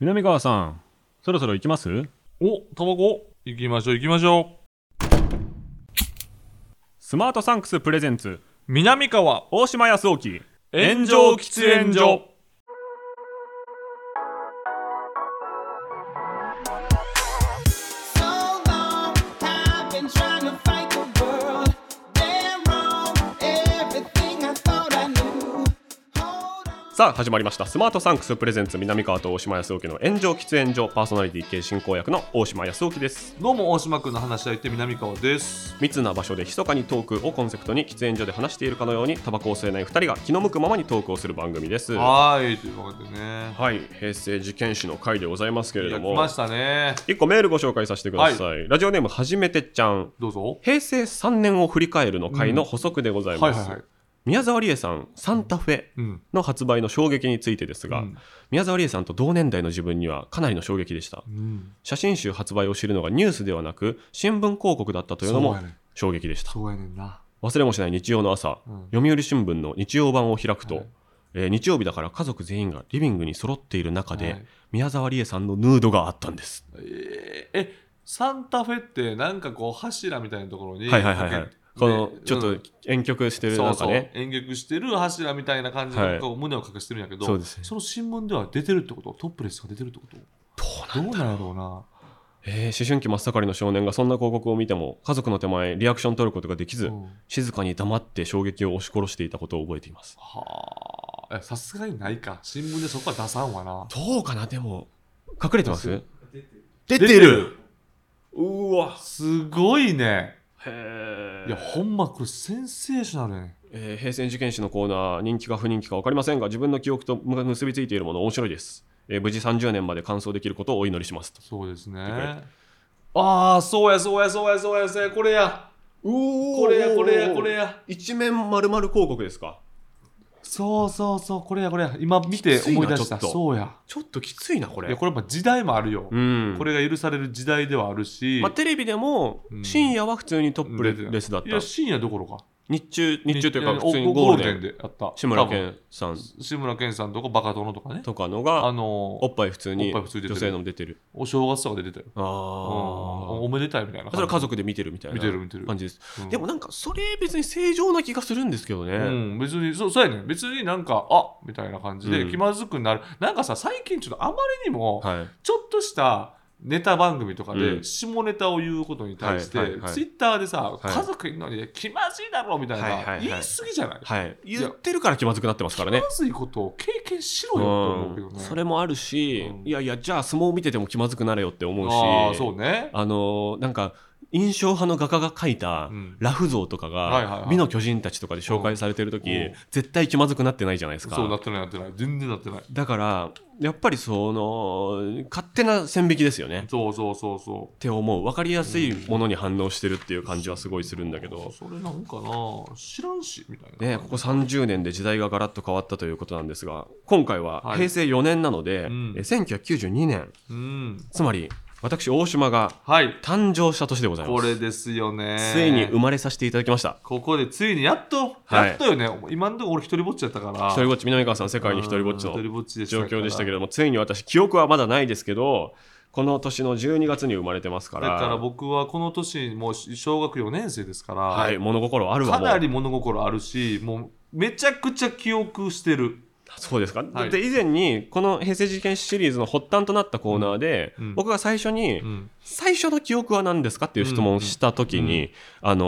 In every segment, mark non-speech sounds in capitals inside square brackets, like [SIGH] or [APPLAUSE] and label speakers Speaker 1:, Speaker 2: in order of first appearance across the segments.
Speaker 1: 南川さん、そろそろ行きます
Speaker 2: お、タバコ行きましょう行きましょ
Speaker 1: スマートサンクスプレゼンツ、
Speaker 2: う。南川、
Speaker 1: 大島康沖、
Speaker 2: 炎上喫煙所。
Speaker 3: So long, I've been trying to fight the world. Damn wrong, everything I thought I knew. Hold on.
Speaker 1: さあ始まりましたスマートサンクスプレゼンツ南川と大島康沖の炎上喫煙所パーソナリティ系進行役の大島康沖です
Speaker 2: どうも、大島くんの話し相手、南川です。
Speaker 1: 密な場所で密かにトークをコンセプトに喫煙所で話しているかのようにタバコを吸えない2人が気の向くままにトークをする番組ですは
Speaker 2: はーい、というわけでね。
Speaker 1: い平成事件史の回でございますけ
Speaker 2: い
Speaker 1: れ
Speaker 2: や、
Speaker 1: ど
Speaker 2: 来
Speaker 1: も
Speaker 2: ましたね。
Speaker 1: 1個メールご紹介させてください、ラジオネームはじめてっちゃん
Speaker 2: どうぞ。
Speaker 1: 平成3年を振り返るの回の補足でござい
Speaker 2: は
Speaker 1: ま
Speaker 2: い
Speaker 1: す、
Speaker 2: はいはい。
Speaker 1: 宮沢りえさんサンタフェ
Speaker 2: うん。
Speaker 1: の発売の衝撃についてですが、
Speaker 2: うん
Speaker 1: 宮沢りえさんと同年代の自分にはかなりの衝撃でした
Speaker 2: うん。
Speaker 1: 写真集発売を知るのがニュースではなく新聞広告だったというの
Speaker 2: そう
Speaker 1: も
Speaker 2: やねん。
Speaker 1: 衝撃でした
Speaker 2: そうやねんな。
Speaker 1: 忘れもしない日曜の朝、
Speaker 2: うん
Speaker 1: 読売新聞の日曜版を開くと、
Speaker 2: はい
Speaker 1: えー日曜日だから家族全員がリビングに揃っている中で、
Speaker 2: はい
Speaker 1: 宮沢りえさんのヌードがあったんです
Speaker 2: えーえ、サンタフェってなんかこう柱みたいなところに。
Speaker 1: はいはいはいはい
Speaker 2: かけ
Speaker 1: この
Speaker 2: ね
Speaker 1: ちょっ
Speaker 2: う
Speaker 1: と
Speaker 2: ん
Speaker 1: 遠曲してる
Speaker 2: そ
Speaker 1: な
Speaker 2: うん
Speaker 1: か
Speaker 2: そう
Speaker 1: ね、
Speaker 2: 演劇してる柱みたいな感じ
Speaker 1: はい
Speaker 2: のこう胸を隠してるんやけど、
Speaker 1: そうですね
Speaker 2: その新聞では出てるってことトップレスが出てるってことどうなんやろうな
Speaker 1: えー思春期真っ盛りの少年がそんな広告を見ても家族の手前リアクション取ることができず、
Speaker 2: うん
Speaker 1: 静かに黙って衝撃を押し殺していたことを覚えています
Speaker 2: はあえさすがにないか新聞でそこは出さんわな
Speaker 1: どうかなでも隠れてます出
Speaker 2: 出てる
Speaker 1: うわ
Speaker 2: すごいね
Speaker 1: へ
Speaker 2: いやほんまこれセンセーショナルやね
Speaker 1: えー平成事件史のコーナー人気か不人気か分かりませんが自分の記憶と結びついているもの面白いです、えー無事30年まで完走できることをお祈りしますと
Speaker 2: そうです
Speaker 1: てくれ
Speaker 2: ねああそうやそうやそうやそうやそうやこれやこれやこれやこれや
Speaker 1: 一面丸々広告ですか
Speaker 2: そうそうそうこれやこれや今見て
Speaker 1: きついな
Speaker 2: 思い出した
Speaker 1: ちょっと
Speaker 2: そうや
Speaker 1: ちょっときついなこ
Speaker 2: いやこれやっぱ時代もあるよ、
Speaker 1: うん
Speaker 2: これが許される時代ではあるし、
Speaker 1: まあ、テレビでも
Speaker 2: うん
Speaker 1: 深夜は普通にトップレスだっ
Speaker 2: い
Speaker 1: た
Speaker 2: や深夜どころか
Speaker 1: 日中日中というか
Speaker 2: や
Speaker 1: 普通
Speaker 2: お
Speaker 1: に
Speaker 2: お
Speaker 1: ゴールデン
Speaker 2: でやった
Speaker 1: 志村
Speaker 2: 多分
Speaker 1: けんさん
Speaker 2: 志村けんさんとかバカ殿とかね
Speaker 1: とかの
Speaker 2: あ
Speaker 1: が
Speaker 2: の
Speaker 1: おっぱい普通に
Speaker 2: おっぱい普通に出て
Speaker 1: 女
Speaker 2: る
Speaker 1: 性のも出てる
Speaker 2: お正月とかで出てたよ
Speaker 1: あ
Speaker 2: うん
Speaker 1: あ
Speaker 2: おめでたいみたいな感じ
Speaker 1: それは家族で見てるみたいな
Speaker 2: 見てる見てる
Speaker 1: 感じです
Speaker 2: うん
Speaker 1: でもなんかそれ別に正常な気がするんですけどね、
Speaker 2: うん、別にそうそうやねん別になんかあみたいな感じ
Speaker 1: う
Speaker 2: で
Speaker 1: ん
Speaker 2: 気まずくなる、なんかさ最近ちょっとあまりにも
Speaker 1: はい
Speaker 2: ちょっとしたネタ番組とか
Speaker 1: う
Speaker 2: で
Speaker 1: ん
Speaker 2: 下ネタを言うことに対して、
Speaker 1: はいはいはい
Speaker 2: ツイッターでさ、
Speaker 1: い
Speaker 2: 家族いるのに気まずいだろみたいな、
Speaker 1: はいはいはい
Speaker 2: 言い過ぎじゃない、
Speaker 1: はい、
Speaker 2: や
Speaker 1: 言ってるから気まずくなってますからね
Speaker 2: まずいことを経験しろよと思うけど
Speaker 1: うん
Speaker 2: ね、
Speaker 1: それもあるし、
Speaker 2: うん
Speaker 1: いやいやじゃあ相撲見てても気まずくなれよって思うし
Speaker 2: ああそうね
Speaker 1: あのーなんか印象派の画家が描いた
Speaker 2: うん
Speaker 1: ラフ像とかが「
Speaker 2: はいはいはい
Speaker 1: 美の巨人たち」とかで紹介されてる時、
Speaker 2: うん
Speaker 1: 絶対気まずくなってないじゃないですか
Speaker 2: そうなってないなってない全然なってない
Speaker 1: だからやっぱりその勝手な線引きですよね
Speaker 2: そうそうそうそ
Speaker 1: って思う分かりやすいものに反応してるっていう感じはすごいするんだけ
Speaker 2: う
Speaker 1: ど、
Speaker 2: それなんかな知らんしみたいな、
Speaker 1: ね、ここ30年で時代がガラッと変わったということなんですが今回は
Speaker 2: はい
Speaker 1: 平成4年なので、
Speaker 2: うん
Speaker 1: え1992年
Speaker 2: うん
Speaker 1: つまり私大島が
Speaker 2: はい
Speaker 1: 誕生した年でございま
Speaker 2: こ
Speaker 1: す
Speaker 2: れですよね
Speaker 1: ついに生まれさせていただきました
Speaker 2: ここでついにやっと、
Speaker 1: はい
Speaker 2: やっとよね今のところ俺一人ぼっちやったから
Speaker 1: 一人ぼっち南川さん世界に一人ぼっち
Speaker 2: うん一人
Speaker 1: の
Speaker 2: ぼっちでした
Speaker 1: 状
Speaker 2: から
Speaker 1: 況でしたけれどもついに私記憶はまだないですけどこの年の12月に生まれてますから
Speaker 2: だから僕はこの年もう小学4年生ですから、
Speaker 1: はい物心あるわ
Speaker 2: か
Speaker 1: もう
Speaker 2: なり物心あるしもうめちゃくちゃ記憶してる
Speaker 1: そうですか、
Speaker 2: はい
Speaker 1: で以前にこの「平成事件シリーズの発端となったコーナーで、
Speaker 2: うんうん
Speaker 1: 僕が最初に、
Speaker 2: うん
Speaker 1: 最初の記憶は何ですか?」っていう質問をした時に、
Speaker 2: うん
Speaker 1: あの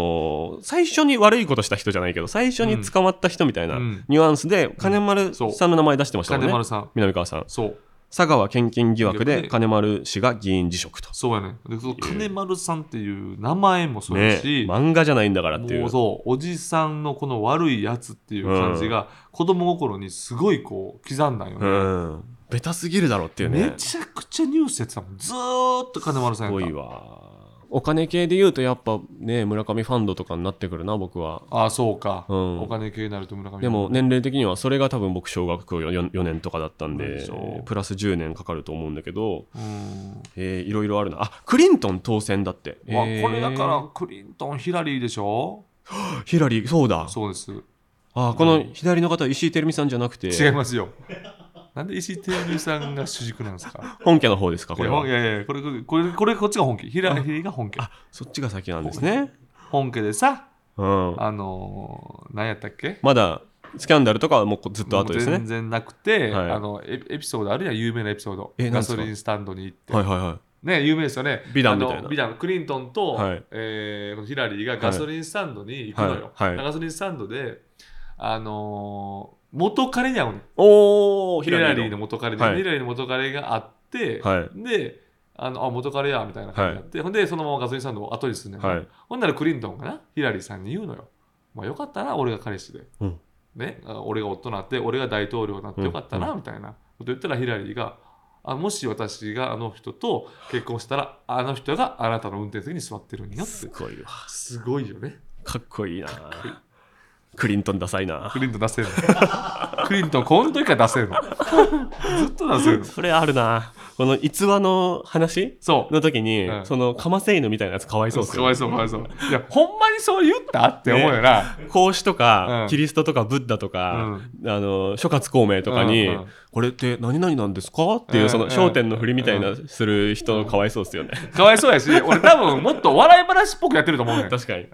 Speaker 1: ー最初に悪いことした人じゃないけど最初に捕まった人みたいな
Speaker 2: うん
Speaker 1: ニュアンスで金丸
Speaker 2: そう
Speaker 1: さんの名前出してましたもん
Speaker 2: 金
Speaker 1: ね、
Speaker 2: 丸さん
Speaker 1: 南川さん
Speaker 2: そう
Speaker 1: 佐川献金疑惑
Speaker 2: 疑惑
Speaker 1: で
Speaker 2: で
Speaker 1: 金丸氏が議員辞職と
Speaker 2: そうやねでその金丸さんっていう名前もそうや
Speaker 1: ね
Speaker 2: し、
Speaker 1: 漫画じゃないんだからってい
Speaker 2: も
Speaker 1: う
Speaker 2: うそうおじさんのこの悪いやつっていう感じが子供心にすごいこう刻んだんよ
Speaker 1: う
Speaker 2: ね、
Speaker 1: んベタすぎるだろっていう
Speaker 2: め
Speaker 1: ね
Speaker 2: ちゃくちゃニュースやってたもんずーっと金丸さ
Speaker 1: す
Speaker 2: んや
Speaker 1: ご
Speaker 2: っ
Speaker 1: い
Speaker 2: た
Speaker 1: わお金系で言うとやっぱね村上ファンドとかになってくるな僕は
Speaker 2: ああそうか、
Speaker 1: うん
Speaker 2: お金系になると村上
Speaker 1: でも年齢的にはそれが多分僕小学校 4, 4年とかだったん
Speaker 2: で
Speaker 1: で
Speaker 2: しょう
Speaker 1: プラス10年かかると思うんだけど、
Speaker 2: うん
Speaker 1: えーいろいろあるなあクリントン当選だって、
Speaker 2: まあ
Speaker 1: えー
Speaker 2: これだからクリントンヒラリーでしょ
Speaker 1: ヒラリーそうだ
Speaker 2: そうです
Speaker 1: あこの左の方は石井照美さんじゃなくて
Speaker 2: 違いますよなんで石井天竜さんが主軸なんで
Speaker 1: [LAUGHS]
Speaker 2: すか
Speaker 1: 本家の方ですか、
Speaker 2: い
Speaker 1: これ
Speaker 2: や
Speaker 1: は
Speaker 2: ほんい。やいやこれこれこれこれこっちが本家ひらひが本家
Speaker 1: あそっちが先なんですね。
Speaker 2: 本家でさ
Speaker 1: うん、
Speaker 2: あのー、何やったっけ
Speaker 1: まだスキャンダルとかはもうずっと後です
Speaker 2: 全
Speaker 1: ね。
Speaker 2: 然なくて、
Speaker 1: はい
Speaker 2: あのエエピソードあるやん有名なエピソード
Speaker 1: えな
Speaker 2: ガ
Speaker 1: んす
Speaker 2: ソ
Speaker 1: か
Speaker 2: リンスタンドに行って、
Speaker 1: はいはいは
Speaker 2: ね有名ですよね
Speaker 1: 美談みたいな
Speaker 2: あの美談クリントンと、
Speaker 1: はい
Speaker 2: えーこのヒラリーがガソリンスタンドに行くのよ、
Speaker 1: はいはいはい
Speaker 2: ガソリンスタンドであのー元彼に会うの
Speaker 1: い。おお、
Speaker 2: ヒラリーの元彼で、
Speaker 1: はい
Speaker 2: ヒラリーの元彼があって、
Speaker 1: は
Speaker 2: であのあ元彼やみたいな感じになって、ほんでそのままガソリンスタンドを後にするねんな、
Speaker 1: はい
Speaker 2: ほんならクリントンかなヒラリーさんに言うのよ、まあ、よかったな俺が彼氏で、
Speaker 1: うん
Speaker 2: ね、あ俺が夫になって俺が大統領になってよかったな、
Speaker 1: う
Speaker 2: みたいなこと言ったらヒラリーがあもし私があの人と結婚したらあの人があなたの運転席に座ってるんやって
Speaker 1: すごいわ。
Speaker 2: すごいよね
Speaker 1: かっこいいな。クリントンダサいな
Speaker 2: ク。リントン出せるの [LAUGHS] クリントンこの時から出せるの [LAUGHS] ずっと出せるの
Speaker 1: それあるな。この逸話の話
Speaker 2: そう
Speaker 1: の時に、
Speaker 2: うん
Speaker 1: そのカマセイヌみたいなやつかわいそうです
Speaker 2: かわ
Speaker 1: よ
Speaker 2: い。そうかわいそういやほんまにそう言ったって思うよな、
Speaker 1: 孔子とか、
Speaker 2: うん
Speaker 1: キリストとかブッダとか、あの諸葛孔明とかに、
Speaker 2: うんうん
Speaker 1: これって何々なんですかっていう、
Speaker 2: うん
Speaker 1: その
Speaker 2: うん
Speaker 1: 焦点の振りみたいなする人かわいそうですよね。
Speaker 2: かわいそうやし俺多分もっと笑い話っぽくやってると思うねん
Speaker 1: 確かに。
Speaker 2: うん、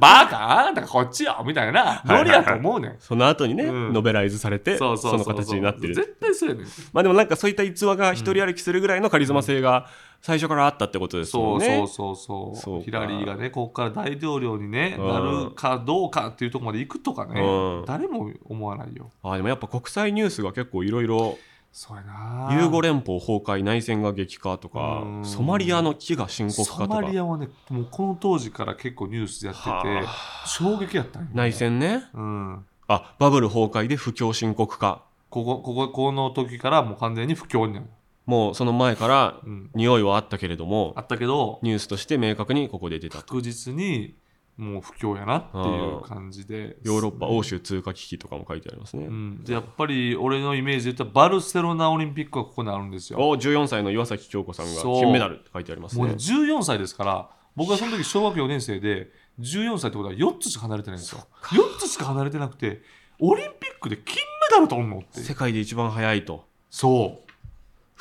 Speaker 2: バカだからこっちよみたいなノリやと思うねん
Speaker 1: その後にね、
Speaker 2: うん
Speaker 1: ノベライズされて、
Speaker 2: そうそう
Speaker 1: そ
Speaker 2: そう
Speaker 1: の形になってる。
Speaker 2: 絶対そうやねん
Speaker 1: まあでもなんかそういった逸話が一人歩きするぐらいのカリスマ性が最初からあったってことです
Speaker 2: そ
Speaker 1: もん
Speaker 2: う
Speaker 1: ね。
Speaker 2: そうそうそう
Speaker 1: そうか
Speaker 2: ヒラリーがねここから大統領に、ね、
Speaker 1: うん
Speaker 2: なるかどうかっていうところまで行くとかね、
Speaker 1: うん
Speaker 2: 誰も思わないよ
Speaker 1: あーでもやっぱ国際ニュースが結構いろいろ
Speaker 2: そうやな
Speaker 1: ユーゴ連邦崩壊内戦が激化とか
Speaker 2: うん
Speaker 1: ソマリアの飢餓深刻化
Speaker 2: ソ
Speaker 1: とか
Speaker 2: マリアはねもうこの当時から結構ニュースでやってて、
Speaker 1: は
Speaker 2: 衝撃やったんよ、ね、
Speaker 1: 内戦ね
Speaker 2: うん
Speaker 1: あバブル崩壊で不況深刻化
Speaker 2: こここここの時からもう完全に不況になる、
Speaker 1: もうその前から
Speaker 2: うん、
Speaker 1: 匂いはあったけれども
Speaker 2: あったけど
Speaker 1: ニュースとして明確にここで出たと
Speaker 2: 確実にもう不況やなっていう感じで
Speaker 1: ヨーロッパ欧、州通貨危機とかも書いてありますね、
Speaker 2: うん、でやっぱり俺のイメージで言ったらバルセロナオリンピックがここにあるんですよも
Speaker 1: お14歳の岩崎恭子さんが
Speaker 2: そう
Speaker 1: 金メダルって書いてあります
Speaker 2: う
Speaker 1: ね
Speaker 2: 14歳ですから僕はその時小学4年生で14歳ってことは4つしか離れてないんですよ4つしか離れてなくてオリンピックで金メダル取んのって
Speaker 1: 世界で一番早いと
Speaker 2: そ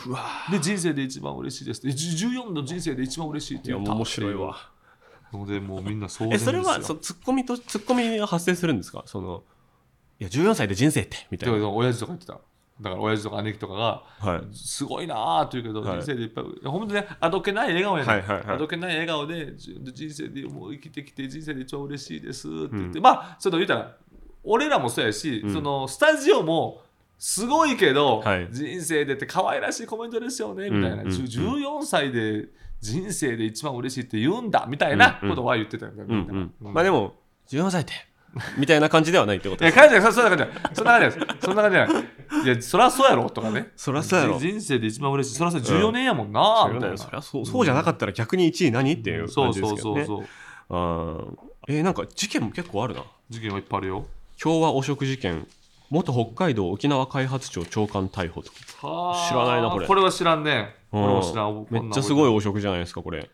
Speaker 2: う
Speaker 1: うわー
Speaker 2: で人生で一番嬉しいですでじゅ14の人生で一番嬉しいって
Speaker 1: いや
Speaker 2: 言
Speaker 1: も
Speaker 2: った
Speaker 1: う面白いわ
Speaker 2: のでもうみんなそう
Speaker 1: えそれはそツッコミとツッコミが発生するんですかそのいや14歳で人生ってみた
Speaker 2: だ
Speaker 1: い
Speaker 2: か
Speaker 1: な、
Speaker 2: ら親父とか言ってただから親父とか姉貴とかが
Speaker 1: はい、
Speaker 2: すごいなあと言うけど、
Speaker 1: はい
Speaker 2: 人生でいっぱい本当ねあどけない笑顔やねん、
Speaker 1: はいはいはい
Speaker 2: あどけない笑顔でじ人生でもう生きてきて人生で一番嬉しいですって言って、まあちょっと言ったら俺らもそうやし、
Speaker 1: うん
Speaker 2: そのスタジオもすごいけど、
Speaker 1: はい
Speaker 2: 人生でって可愛らしいコメントですよねみたいな、
Speaker 1: うんうんうん
Speaker 2: 14歳で人生で一番嬉しいって言うんだみたいなことは言ってたよ
Speaker 1: う
Speaker 2: ね、
Speaker 1: ん
Speaker 2: みんな
Speaker 1: うん
Speaker 2: うん
Speaker 1: まあでも14歳ってみたいな感じではないってこと [LAUGHS]
Speaker 2: いや、
Speaker 1: です
Speaker 2: 彼女がそそんな感じじゃない。そんな感じじゃない。そんな感じじゃない。いや、そらそうやろとかね。
Speaker 1: そらそうやろ
Speaker 2: 人生で一番嬉しい。そらそう14年やもんな。みたいな
Speaker 1: そりゃそうそうじゃなかったら逆に1位何っていう
Speaker 2: そ
Speaker 1: 感
Speaker 2: う
Speaker 1: じで
Speaker 2: そ
Speaker 1: すけ
Speaker 2: うそ
Speaker 1: どね
Speaker 2: うそう。
Speaker 1: あーえーなんか事件も結構あるな
Speaker 2: 事件はいっぱいあるよ。
Speaker 1: 共和汚職事件元北海道沖縄開発庁長官逮捕と、
Speaker 2: はあ
Speaker 1: 知らないなこれ
Speaker 2: これは知らんね。こ
Speaker 1: う
Speaker 2: れ
Speaker 1: ん
Speaker 2: は知らん。
Speaker 1: めっちゃすごい
Speaker 2: い。
Speaker 1: 汚職じゃないですかこれ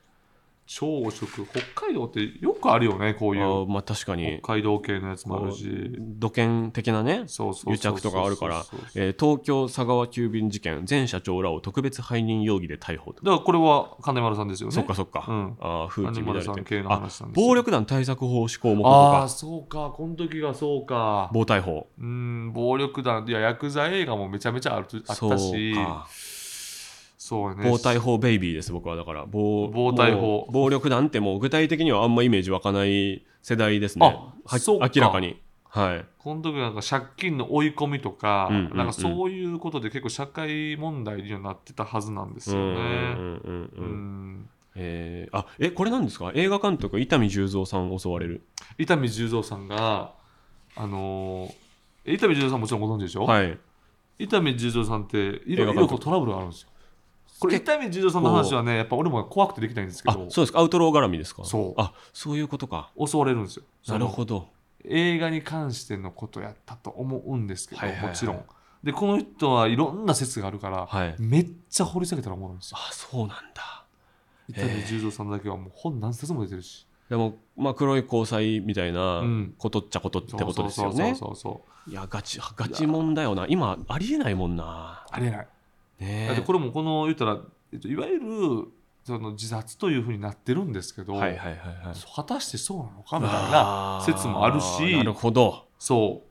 Speaker 2: 超汚職。北海道ってよくあるよね、こ
Speaker 1: あ
Speaker 2: ういう
Speaker 1: ー。まあ確かに
Speaker 2: 北海道系のやつもあるし。
Speaker 1: 土建的なね
Speaker 2: そうそうそうそう。
Speaker 1: 癒着とかあるから
Speaker 2: そうそうそう
Speaker 1: えー東京佐川急便事件前社長らを特別背任容疑で逮捕と、
Speaker 2: だからこれは金丸さんですよね。
Speaker 1: そっかそっか、
Speaker 2: うん
Speaker 1: あー風紀乱れ
Speaker 2: 金丸さん
Speaker 1: て
Speaker 2: 系
Speaker 1: る
Speaker 2: の話なん
Speaker 1: あ
Speaker 2: ですよ
Speaker 1: 暴力団対策法施行もと
Speaker 2: ああ、
Speaker 1: か
Speaker 2: そうか。この時がそうか。
Speaker 1: 暴対法
Speaker 2: うん、暴力団、いや、ヤクザ映画もめちゃめちゃあるあったし、
Speaker 1: そうか
Speaker 2: そうね。
Speaker 1: 暴対法ベイビーです僕はだから暴
Speaker 2: 暴対法
Speaker 1: もう暴力団ってもう具体的にはあんまイメージ湧かない世代ですね
Speaker 2: あ
Speaker 1: は
Speaker 2: そうか
Speaker 1: 明らかにはい
Speaker 2: この時なんか借金の追い込みとか、
Speaker 1: うんうんうん
Speaker 2: なんかそういうことで結構社会問題にはなってたはずなんです
Speaker 1: うん
Speaker 2: よ
Speaker 1: うん
Speaker 2: ね。
Speaker 1: うんう
Speaker 2: うんん
Speaker 1: えーあえこれなんですか映画監督伊丹十三さん襲われる
Speaker 2: 伊丹十三さんが、あのーえ伊丹十三さんもちろんご存知でしょ、
Speaker 1: はい
Speaker 2: 伊丹十三さんっていろ
Speaker 1: 映画監
Speaker 2: いろ
Speaker 1: 督
Speaker 2: こうトラブルがあるんですよ。これ伊丹十三さんの話はね、やっぱ俺も怖くてできないんですけ
Speaker 1: あ
Speaker 2: ど、
Speaker 1: そうですかアウトロー絡みですか
Speaker 2: そう
Speaker 1: あそういうことか
Speaker 2: 襲われるんですよ。
Speaker 1: なるほど
Speaker 2: 映画に関してのことやったと思うんですけど、
Speaker 1: はいはいはい
Speaker 2: もちろんでこの人はいろんな説があるから、
Speaker 1: はい
Speaker 2: めっちゃ掘り下げたらおもろいんですよ
Speaker 1: あそうなんだ
Speaker 2: 伊丹十三さんだけはもう本何冊も出てるし
Speaker 1: でも、まあ、黒い交際みたいな
Speaker 2: うん
Speaker 1: ことっちゃことっ
Speaker 2: そ
Speaker 1: て
Speaker 2: う
Speaker 1: ことですよね。
Speaker 2: そうそうそうそう
Speaker 1: いや、ガチ、ガチもんだよな。今、ありえないもんな。
Speaker 2: ありえない
Speaker 1: ねえ
Speaker 2: だってこれもこの言ったら、えっと、いわゆるその自殺というふうになってるんですけど、
Speaker 1: はいはいはいはい。
Speaker 2: 果たしてそうなのかみたいな説もある
Speaker 1: あー
Speaker 2: し
Speaker 1: なるほど。
Speaker 2: そ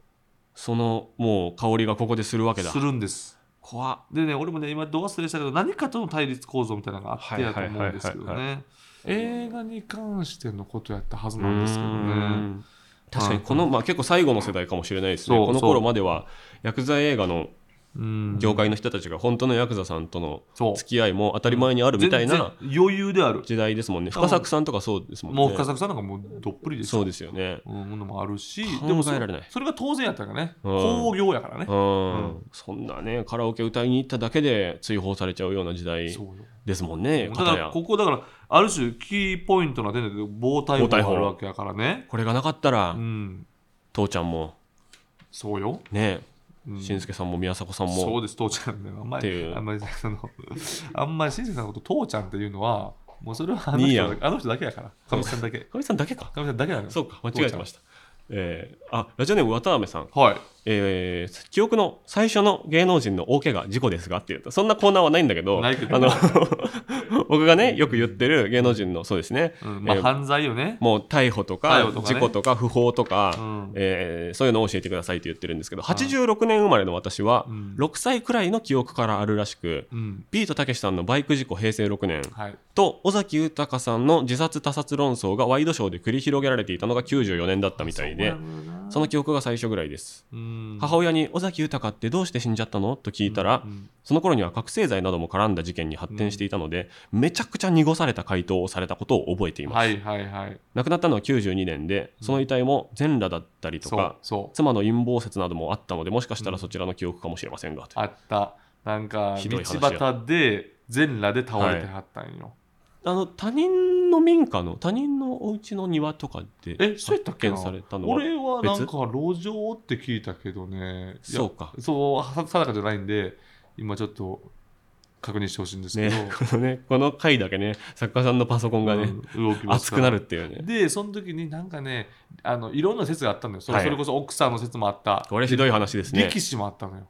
Speaker 1: その、もう、香りがここでするわ
Speaker 2: う
Speaker 1: けだ
Speaker 2: す。るんです
Speaker 1: 怖っ
Speaker 2: でね俺もね今動画忘れしたけど何かとの対立構造みたいなのがあってやと思うんですけど
Speaker 1: はいはい
Speaker 2: ね映画に関してのことやったはず
Speaker 1: う
Speaker 2: なんですけどね
Speaker 1: ーん確かにこの、まあ、結構最後の世代かもしれないですね
Speaker 2: そう
Speaker 1: この
Speaker 2: そ
Speaker 1: 頃
Speaker 2: う
Speaker 1: まではヤクザ映画の
Speaker 2: うん
Speaker 1: 業界の人たちが本当のヤクザさんとの
Speaker 2: そう
Speaker 1: 付き合いも当たり前にあるみたいな
Speaker 2: 全然余裕である
Speaker 1: 時代ですもんね
Speaker 2: そう
Speaker 1: 深作さんとかそうですもんね
Speaker 2: もう深作さんなんかもうどっぷりでし
Speaker 1: そ
Speaker 2: ょ
Speaker 1: うですよね
Speaker 2: うんものもあるし
Speaker 1: 考え
Speaker 2: でもそ
Speaker 1: られない
Speaker 2: それが当然やったからね
Speaker 1: うん
Speaker 2: 工業やからね
Speaker 1: うん、
Speaker 2: うん
Speaker 1: そんなねカラオケ歌いに行っただけで追放されちゃうような時代
Speaker 2: そうよ
Speaker 1: ですもんね
Speaker 2: だか
Speaker 1: 片や
Speaker 2: らここだからある種キーポイントな点で防体法があるわけやからね
Speaker 1: これがなかったら、
Speaker 2: うん
Speaker 1: 父ちゃんも
Speaker 2: そうよ、
Speaker 1: ね
Speaker 2: うん
Speaker 1: しんすけさんも宮迫さんも
Speaker 2: そうです、父ちゃんね。あんま
Speaker 1: ってい
Speaker 2: り、
Speaker 1: う
Speaker 2: あんまり、あの、 [LAUGHS] あんまり、しんさんのこと、父ちゃんっていうのは、もうそれはあの
Speaker 1: 兄や
Speaker 2: 人
Speaker 1: ん
Speaker 2: だけあの人だけやから。かみさんだけ。
Speaker 1: かみさんだけか
Speaker 2: かみさんだけだよ。
Speaker 1: そうか間違えてましたえーあラジオネーム渡辺さん
Speaker 2: はい。
Speaker 1: えー記憶の最初の芸能人の大怪我事故ですがっていうとそんなコーナーはないんだけど
Speaker 2: ないけど
Speaker 1: あの [LAUGHS] 僕がねよく言ってる芸能人のそうですね、
Speaker 2: うんまあ、
Speaker 1: えー
Speaker 2: 犯罪よね。
Speaker 1: もう逮捕と
Speaker 2: 逮
Speaker 1: か
Speaker 2: 捕とか
Speaker 1: 事
Speaker 2: ね
Speaker 1: 故とか不法とか、
Speaker 2: うん
Speaker 1: えーそういうのを教えてくださいって言ってるんですけど、86年生まれの私は
Speaker 2: うん
Speaker 1: 6歳くらいの記憶からあるらしく、
Speaker 2: うん。
Speaker 1: ビートたけしさんのバイク事故平成6年
Speaker 2: はい。
Speaker 1: と尾崎豊さんの自殺他殺論争がワイドショーで繰り広げられていたのが94年だったみたいで
Speaker 2: そうなのよな
Speaker 1: その記憶が最初ぐらいです。
Speaker 2: うん
Speaker 1: 母親に尾崎豊ってどうして死んじゃったのと聞いたら、
Speaker 2: うん
Speaker 1: その頃には覚醒剤なども絡んだ事件に発展していたので、めちゃくちゃ濁された回答をされたことを覚えています、
Speaker 2: はいはいはい。
Speaker 1: 亡くなったのは92年でその遺体も全裸だったりと
Speaker 2: そう
Speaker 1: か、、
Speaker 2: そう。
Speaker 1: 妻の陰謀説などもあったのでもしかしたらそちらの記憶かもしれませんが、と
Speaker 2: あった。なんか、
Speaker 1: ひ
Speaker 2: 道
Speaker 1: どい話や
Speaker 2: 端で、全裸で倒れてはったんよ。
Speaker 1: あの他人の民家の他人のお家の庭とかで
Speaker 2: え、そうやったっ
Speaker 1: 発
Speaker 2: け
Speaker 1: 見
Speaker 2: な
Speaker 1: されたのは
Speaker 2: 俺はなんか路上って聞いたけどねいや
Speaker 1: そうか
Speaker 2: そうは定かじゃないんで今ちょっと確認してほしいんですけど、
Speaker 1: ね、このねこの回だけね作家さんのパソコンがね、
Speaker 2: うん動きまし
Speaker 1: 熱
Speaker 2: た
Speaker 1: くなるっていうね
Speaker 2: でその時になんかねあのいろんな説があったのよそ,、
Speaker 1: はい
Speaker 2: それこそ奥さんの説もあった
Speaker 1: これひどい話ですね
Speaker 2: 力士もあったのよ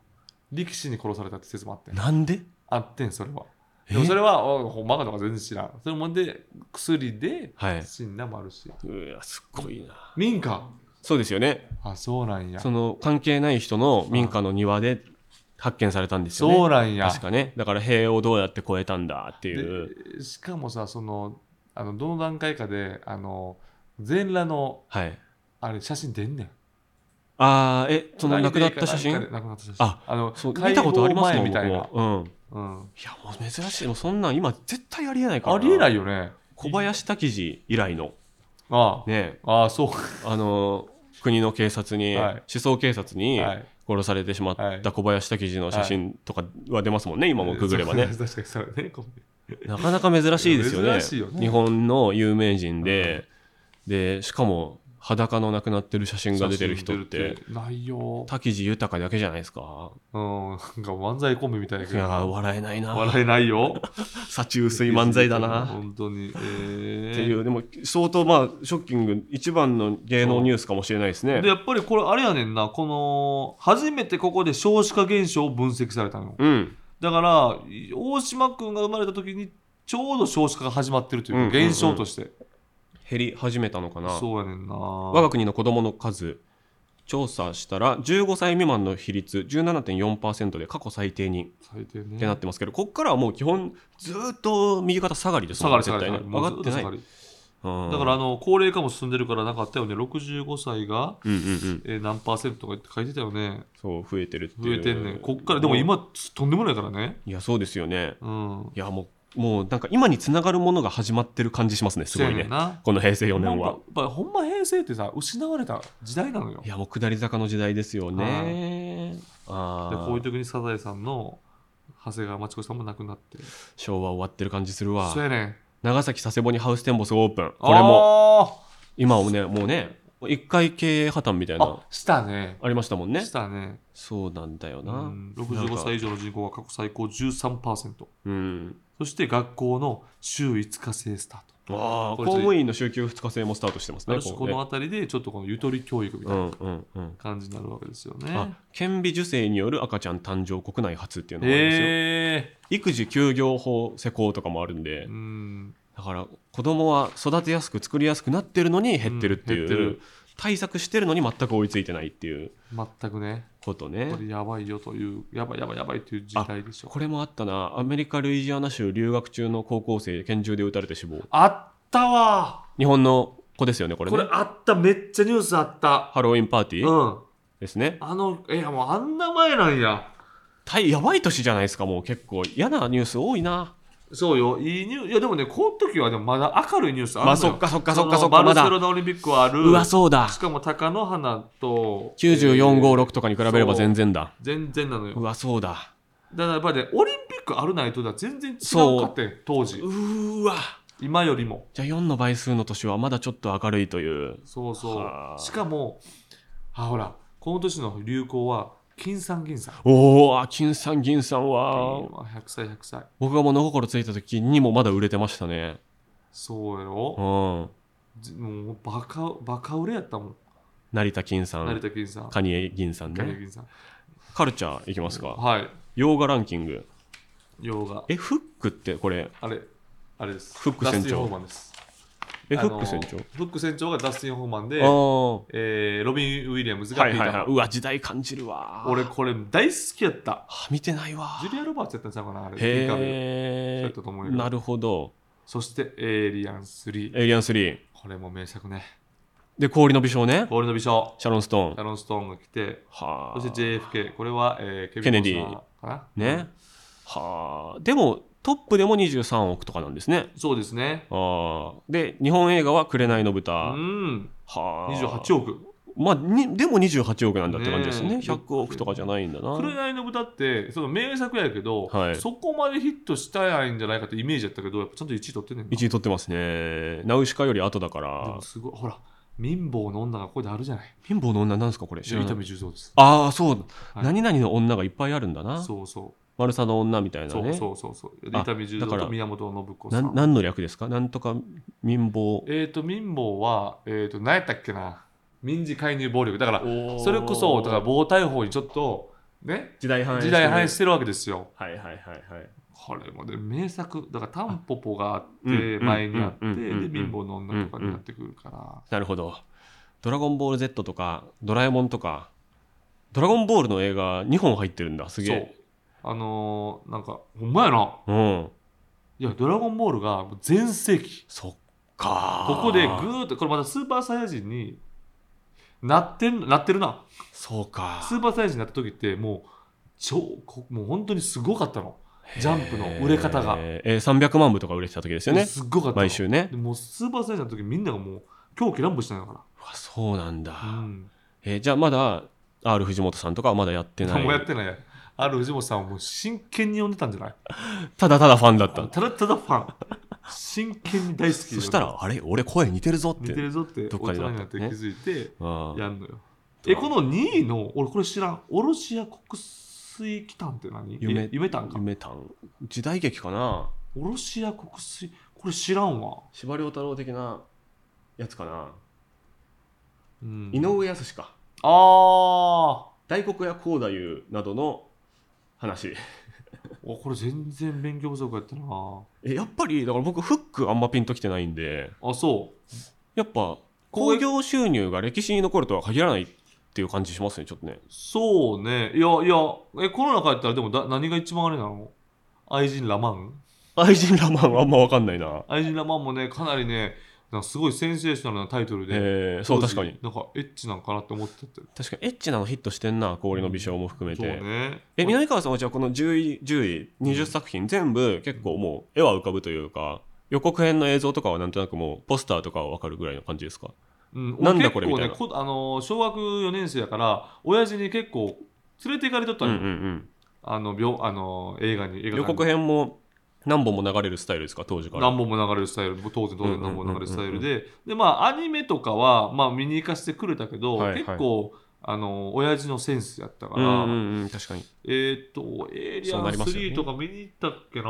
Speaker 2: 力士に殺されたって説もあって
Speaker 1: なんで
Speaker 2: あってんそれは
Speaker 1: え
Speaker 2: でもそれはおほんまかとか全然知らんそれもんで薬で
Speaker 1: はい
Speaker 2: 死んだもあるし
Speaker 1: うわすごいな
Speaker 2: 民家
Speaker 1: そうですよね
Speaker 2: あそうなんや
Speaker 1: その関係ない人の民家の庭で発見されたんですよね
Speaker 2: そうなんや
Speaker 1: 確かねだから塀をどうやって越えたんだっていう
Speaker 2: でしかもさそのあのどの段階かであの全裸の
Speaker 1: はい
Speaker 2: あれ写真出んねん
Speaker 1: ああえその亡くなった写
Speaker 2: な
Speaker 1: 真
Speaker 2: んかで亡くなった写真
Speaker 1: あ
Speaker 2: あの
Speaker 1: そう
Speaker 2: 解
Speaker 1: 見たことありますも
Speaker 2: 剖前
Speaker 1: ん
Speaker 2: みたいな
Speaker 1: 僕もうん
Speaker 2: うん
Speaker 1: いやもう珍しいもうそんなん今絶対ありえないから
Speaker 2: ありえないいよね
Speaker 1: 小林滝次以来の
Speaker 2: ああ
Speaker 1: ね
Speaker 2: ああそう
Speaker 1: あのー国の警察に、
Speaker 2: はい
Speaker 1: 思想警察に
Speaker 2: はい
Speaker 1: 殺されてしまった小林滝次の写真とかは出ますもんね、今もググればね
Speaker 2: [LAUGHS] 確かにそうだねごめん
Speaker 1: なかなか珍しいですよね
Speaker 2: 珍しいよね
Speaker 1: 日本の有名人で、でしかも裸の亡くなってる写真が出てる人っ
Speaker 2: 写真出
Speaker 1: て
Speaker 2: るないよ
Speaker 1: 滝地豊だけじゃないですか
Speaker 2: うんなんか漫才コンビみたいだ
Speaker 1: い
Speaker 2: け
Speaker 1: やー
Speaker 2: ど
Speaker 1: 笑えないな
Speaker 2: 笑えないよ
Speaker 1: 幸薄い漫才だな
Speaker 2: 本当にえー
Speaker 1: っていうでも相当まあショッキング一番の芸能ニュースかもしれないですね
Speaker 2: でやっぱりこれあれやねんなこの初めてここで少子化現象を分析されたのよ
Speaker 1: うん
Speaker 2: だから大島君が生まれた時にちょうど少子化が始まってると
Speaker 1: うん
Speaker 2: いう
Speaker 1: うんうん
Speaker 2: 現象として、
Speaker 1: 減り始めたのかな
Speaker 2: そうやねんな
Speaker 1: 我が国の子どもの数調査したら15歳未満の比率17.4%で過去最低に
Speaker 2: 最低
Speaker 1: ってな
Speaker 2: ね
Speaker 1: ってますけど、ここからはもう基本ずーっと右肩下がりです
Speaker 2: 下
Speaker 1: も
Speaker 2: が
Speaker 1: ん
Speaker 2: り下がり
Speaker 1: 絶対
Speaker 2: 下が
Speaker 1: ね
Speaker 2: り
Speaker 1: 上がってない、
Speaker 2: もうずっと下がり
Speaker 1: うん
Speaker 2: だからあの高齢化も進んでるからなかったよね65歳が、
Speaker 1: うんうんうん
Speaker 2: えー何パーセントとかって書いてたよね
Speaker 1: そう増えてるって
Speaker 2: 増
Speaker 1: い
Speaker 2: え
Speaker 1: う
Speaker 2: てんねんこっからでも今とんでもないからね
Speaker 1: いやそうですよね
Speaker 2: うん
Speaker 1: いやもうもうなんか今につながるものが始まってる感じしますねすごい
Speaker 2: そうや
Speaker 1: ね
Speaker 2: ねんな
Speaker 1: この平成4
Speaker 2: ほん
Speaker 1: 年
Speaker 2: まや
Speaker 1: は
Speaker 2: っぱほんま平成ってさ失われた時代なのよ
Speaker 1: いやもう下り坂の時代ですよねあ
Speaker 2: で
Speaker 1: ー
Speaker 2: こういう時にサザエさんの長谷川町子さんも亡くなって
Speaker 1: 昭和終わってる感じするわ
Speaker 2: そうやねん
Speaker 1: 長崎佐世保にハウステンボスオープンこれも
Speaker 2: も
Speaker 1: 今もねもうね一回経営破綻みたいな
Speaker 2: あしたね
Speaker 1: ありましたもんね
Speaker 2: したね、
Speaker 1: そうなんだよ
Speaker 2: う
Speaker 1: な、
Speaker 2: ん、65歳以上の人口が過去最高13%
Speaker 1: うん
Speaker 2: そして学校の週5日制スタート
Speaker 1: ああ公
Speaker 2: これちょっと
Speaker 1: 務員の週休2日制もスタートしてます
Speaker 2: あ
Speaker 1: ね
Speaker 2: る種この辺りでちょっとこのゆとり教育み
Speaker 1: う
Speaker 2: たいなん
Speaker 1: うんうん
Speaker 2: 感じになるわけですよ
Speaker 1: あ
Speaker 2: ね。
Speaker 1: 顕微授精による赤ちゃん誕生国内初っていうのがあるんですよ、
Speaker 2: へえ
Speaker 1: 育児休業法施行とかもあるんで、
Speaker 2: うん
Speaker 1: だから子供は育てやすく作りやすくなってるのに減ってるっていう、
Speaker 2: うん減ってる
Speaker 1: 対策してるのに全く追いついてないっていう
Speaker 2: 全くね、
Speaker 1: こと
Speaker 2: こ
Speaker 1: ね
Speaker 2: れやばいよという、やばいやばいやばいという事態でしょ。
Speaker 1: これもあったなアメリカ・ルイジアナ州留学中の高校生拳銃で撃たれて死亡
Speaker 2: あったわ
Speaker 1: 日本の子ですよねこれ
Speaker 2: こ
Speaker 1: ね
Speaker 2: れあった、めっちゃニュースあった。
Speaker 1: ハロウィンパーティ
Speaker 2: う
Speaker 1: ー
Speaker 2: ん。
Speaker 1: ですね、
Speaker 2: あの、いやもうあんな前なんや。
Speaker 1: たやばい年じゃないですかもう結構嫌なニュース多いな
Speaker 2: そうよ、いいニュース。いやでもね、この時はでもまだ明るいニュースあるのよ
Speaker 1: まあそっかそっかそっかそっか
Speaker 2: のバ
Speaker 1: ま
Speaker 2: ル
Speaker 1: だ
Speaker 2: セロナオリンピックはある。
Speaker 1: うわそうだ
Speaker 2: しかも貴乃花とえー
Speaker 1: 9456とかに比べれば全然だ
Speaker 2: 全然なのよ
Speaker 1: うわそうだ
Speaker 2: だからやっぱりねオリンピックあるないとでは全然違うかって当時
Speaker 1: うーわ
Speaker 2: 今よりも
Speaker 1: じゃあ4の倍数の年はまだちょっと明るいという
Speaker 2: そう
Speaker 1: は
Speaker 2: そ
Speaker 1: あ
Speaker 2: うしかもあほらこの年の流行は金さん銀さん
Speaker 1: おお金さん銀さんは
Speaker 2: 100歳100歳
Speaker 1: 僕が物心ついた時にもまだ売れてましたね
Speaker 2: そうやろ
Speaker 1: うん
Speaker 2: じもうバカバカ売れやったもん
Speaker 1: 成田金さ
Speaker 2: 成
Speaker 1: ん
Speaker 2: 田銀さん
Speaker 1: カニエ銀さん
Speaker 2: 金
Speaker 1: ね
Speaker 2: 銀さん
Speaker 1: カルチャーいきますか
Speaker 2: はい
Speaker 1: 洋画ランキング
Speaker 2: 洋画
Speaker 1: えフックってこれ
Speaker 2: あれあれです
Speaker 1: フック
Speaker 2: ダ
Speaker 1: 船長
Speaker 2: スティン・ホーマンです
Speaker 1: え
Speaker 2: あ
Speaker 1: フッ
Speaker 2: の
Speaker 1: ク船長
Speaker 2: フック船長がダスティン・ホーマンで
Speaker 1: あー
Speaker 2: えーロビン・ウィリアムズが
Speaker 1: は
Speaker 2: ピ
Speaker 1: い
Speaker 2: ータ
Speaker 1: はい
Speaker 2: ーパン
Speaker 1: はいうわ時代感じるわ
Speaker 2: 俺これ大好きやった
Speaker 1: あ見てないわ
Speaker 2: ジュリア・ロバーツやったんちゃうかなあれティンカーベルそう
Speaker 1: へえ
Speaker 2: やったと思うよ
Speaker 1: なるほど
Speaker 2: そしてエイリアン3
Speaker 1: エイリアン3
Speaker 2: これも名作ね
Speaker 1: で氷の美少ね
Speaker 2: 氷の美少
Speaker 1: シャロン・スト
Speaker 2: シ
Speaker 1: ーン
Speaker 2: ャロン・ストーンが来て
Speaker 1: は
Speaker 2: そ
Speaker 1: あ
Speaker 2: して JFK これは、えー、ケビ
Speaker 1: ケネ
Speaker 2: ン
Speaker 1: ディ
Speaker 2: コスナーかな
Speaker 1: ねはあでもトップでも23億とかなんですね
Speaker 2: そうですね
Speaker 1: ああで日本映画は「紅の豚」
Speaker 2: う
Speaker 1: は
Speaker 2: ん
Speaker 1: あ
Speaker 2: 28億
Speaker 1: まあにでも28億なんだって感じですね
Speaker 2: ねえ
Speaker 1: 100億とかじゃないんだな
Speaker 2: 紅の豚ってその名作やけど、
Speaker 1: はい
Speaker 2: そこまでヒットしたやんじゃないかってイメージやったけどやっぱちゃんと1位取ってんねんな
Speaker 1: 1位取ってますねナウシカより後だか
Speaker 2: で
Speaker 1: ら
Speaker 2: もすごいほら貧乏の女がここであるじゃない
Speaker 1: 貧乏の女なんですかこれ知ら
Speaker 2: 伊
Speaker 1: ない
Speaker 2: 丹十三です
Speaker 1: ああそう、
Speaker 2: はい
Speaker 1: 何々の女がいっぱいあるんだな
Speaker 2: そうそう
Speaker 1: マルサの女みたいな
Speaker 2: そ
Speaker 1: ね
Speaker 2: うそうそうそう。伊
Speaker 1: あ
Speaker 2: 丹十
Speaker 1: だか
Speaker 2: 三
Speaker 1: ら
Speaker 2: と源信子さ。
Speaker 1: なんん何の略ですかなんとか民謀
Speaker 2: えっ、と、民法は、えっ、と、何やったっけな。民事介入暴力。だから、そ
Speaker 1: そ
Speaker 2: れこそ、だから、防逮法にちょっと、ね、
Speaker 1: 時代反映
Speaker 2: 時代反映してるわけですよ。
Speaker 1: はいはいはいはい
Speaker 2: これもね、名作。だから、タンポポがあっ
Speaker 1: うんうん
Speaker 2: て、前にあって、
Speaker 1: う
Speaker 2: で
Speaker 1: んうんう、ん
Speaker 2: 民法の女とかになってくるから。
Speaker 1: なるほど「ドラゴンボール Z」とか「ドラえもん」とか「ドラゴンボール」の映画2本入ってるんだすげ
Speaker 2: そう
Speaker 1: え。
Speaker 2: あのーなんか、ほんまやな。
Speaker 1: うん
Speaker 2: いや、ドラゴンボールが全盛期。
Speaker 1: そっか
Speaker 2: ここでぐーっと、これまたスーパーサイヤ人になってん、なってるな。
Speaker 1: そうか
Speaker 2: スーパーサイヤ人になった時ってもう超こもう本当にすごかったのジャンプの売れ方が、
Speaker 1: えーえー300万部とか売れてた時ですよね
Speaker 2: すっごかったの
Speaker 1: 毎週ね
Speaker 2: でもうスーパーサイヤ人の時みんながもう狂気乱舞してないか
Speaker 1: うわそうなんだ、
Speaker 2: ら、うん、
Speaker 1: えーじゃあまだ R 藤本さんとかはまだやってない
Speaker 2: 何もやってないある藤本さんはもう真剣に読んでたんじゃない
Speaker 1: ただただファンだった
Speaker 2: ただただファン真剣に大好きで
Speaker 1: そしたらあれ俺声似てるぞって
Speaker 2: 似てるぞって
Speaker 1: どっ
Speaker 2: 大
Speaker 1: かに
Speaker 2: 人
Speaker 1: な
Speaker 2: に
Speaker 1: った
Speaker 2: なって気
Speaker 1: ね
Speaker 2: づいて
Speaker 1: あ
Speaker 2: やんのよえこの2位の俺これ知らんおろしや国水機関って何え夢たんか
Speaker 1: 夢たん時代劇かな
Speaker 2: おろしや国水これ知らんわ、
Speaker 1: 司馬遼太郎的なやつかな、
Speaker 2: うん
Speaker 1: 井上靖か
Speaker 2: ああ
Speaker 1: 大黒屋光太夫などの話
Speaker 2: これ全然勉強不足やったな
Speaker 1: えやっぱりだから僕フックあんまピンときてないんで
Speaker 2: あそう
Speaker 1: やっぱ興行収入が歴史に残るとは限らないっていう感じしますねちょっとね
Speaker 2: そうねいやいやえこの中やったらでもだ何が一番あれなの愛人ラマン
Speaker 1: 愛人ラマンはあんま分かんないな
Speaker 2: 愛人ラマンもねかなりねなんかすごいセンセーショナルなタイトルで、
Speaker 1: えーそう
Speaker 2: 当
Speaker 1: 確
Speaker 2: 時
Speaker 1: かに
Speaker 2: なんかエッチなんかなって思ってた
Speaker 1: 確かにエッチなのヒットしてんな氷の微笑も含め
Speaker 2: そう
Speaker 1: て、
Speaker 2: ね
Speaker 1: え南川さんはじゃあこの10位10位20作品全部結構もう絵は浮かぶというか予告編の映像とかはなんとなくもうポスターとかは分かるぐらいの感じですか
Speaker 2: うん、
Speaker 1: なんだ
Speaker 2: 俺
Speaker 1: これ
Speaker 2: 結構ね
Speaker 1: みたいな
Speaker 2: こあのー小学4年生やから親父に結構連れて行かれとった
Speaker 1: うん
Speaker 2: の
Speaker 1: うん
Speaker 2: よ、
Speaker 1: うん
Speaker 2: あのびょあのー映画に映画館に
Speaker 1: 予告編も何本も流れるスタイルですか当時から
Speaker 2: 何本も流れるスタイル当然当然何本も流れるスタイ
Speaker 1: う
Speaker 2: ル
Speaker 1: んうん
Speaker 2: ででまあアニメとかは、まあ、見に行かせてくれたけど、
Speaker 1: はいはい
Speaker 2: 結構あの親父のセンスやったか
Speaker 1: う
Speaker 2: ら、
Speaker 1: んうんうん確かに
Speaker 2: えーっ、と、エイリアン
Speaker 1: そうなりますよね
Speaker 2: 3とか見に行ったっけな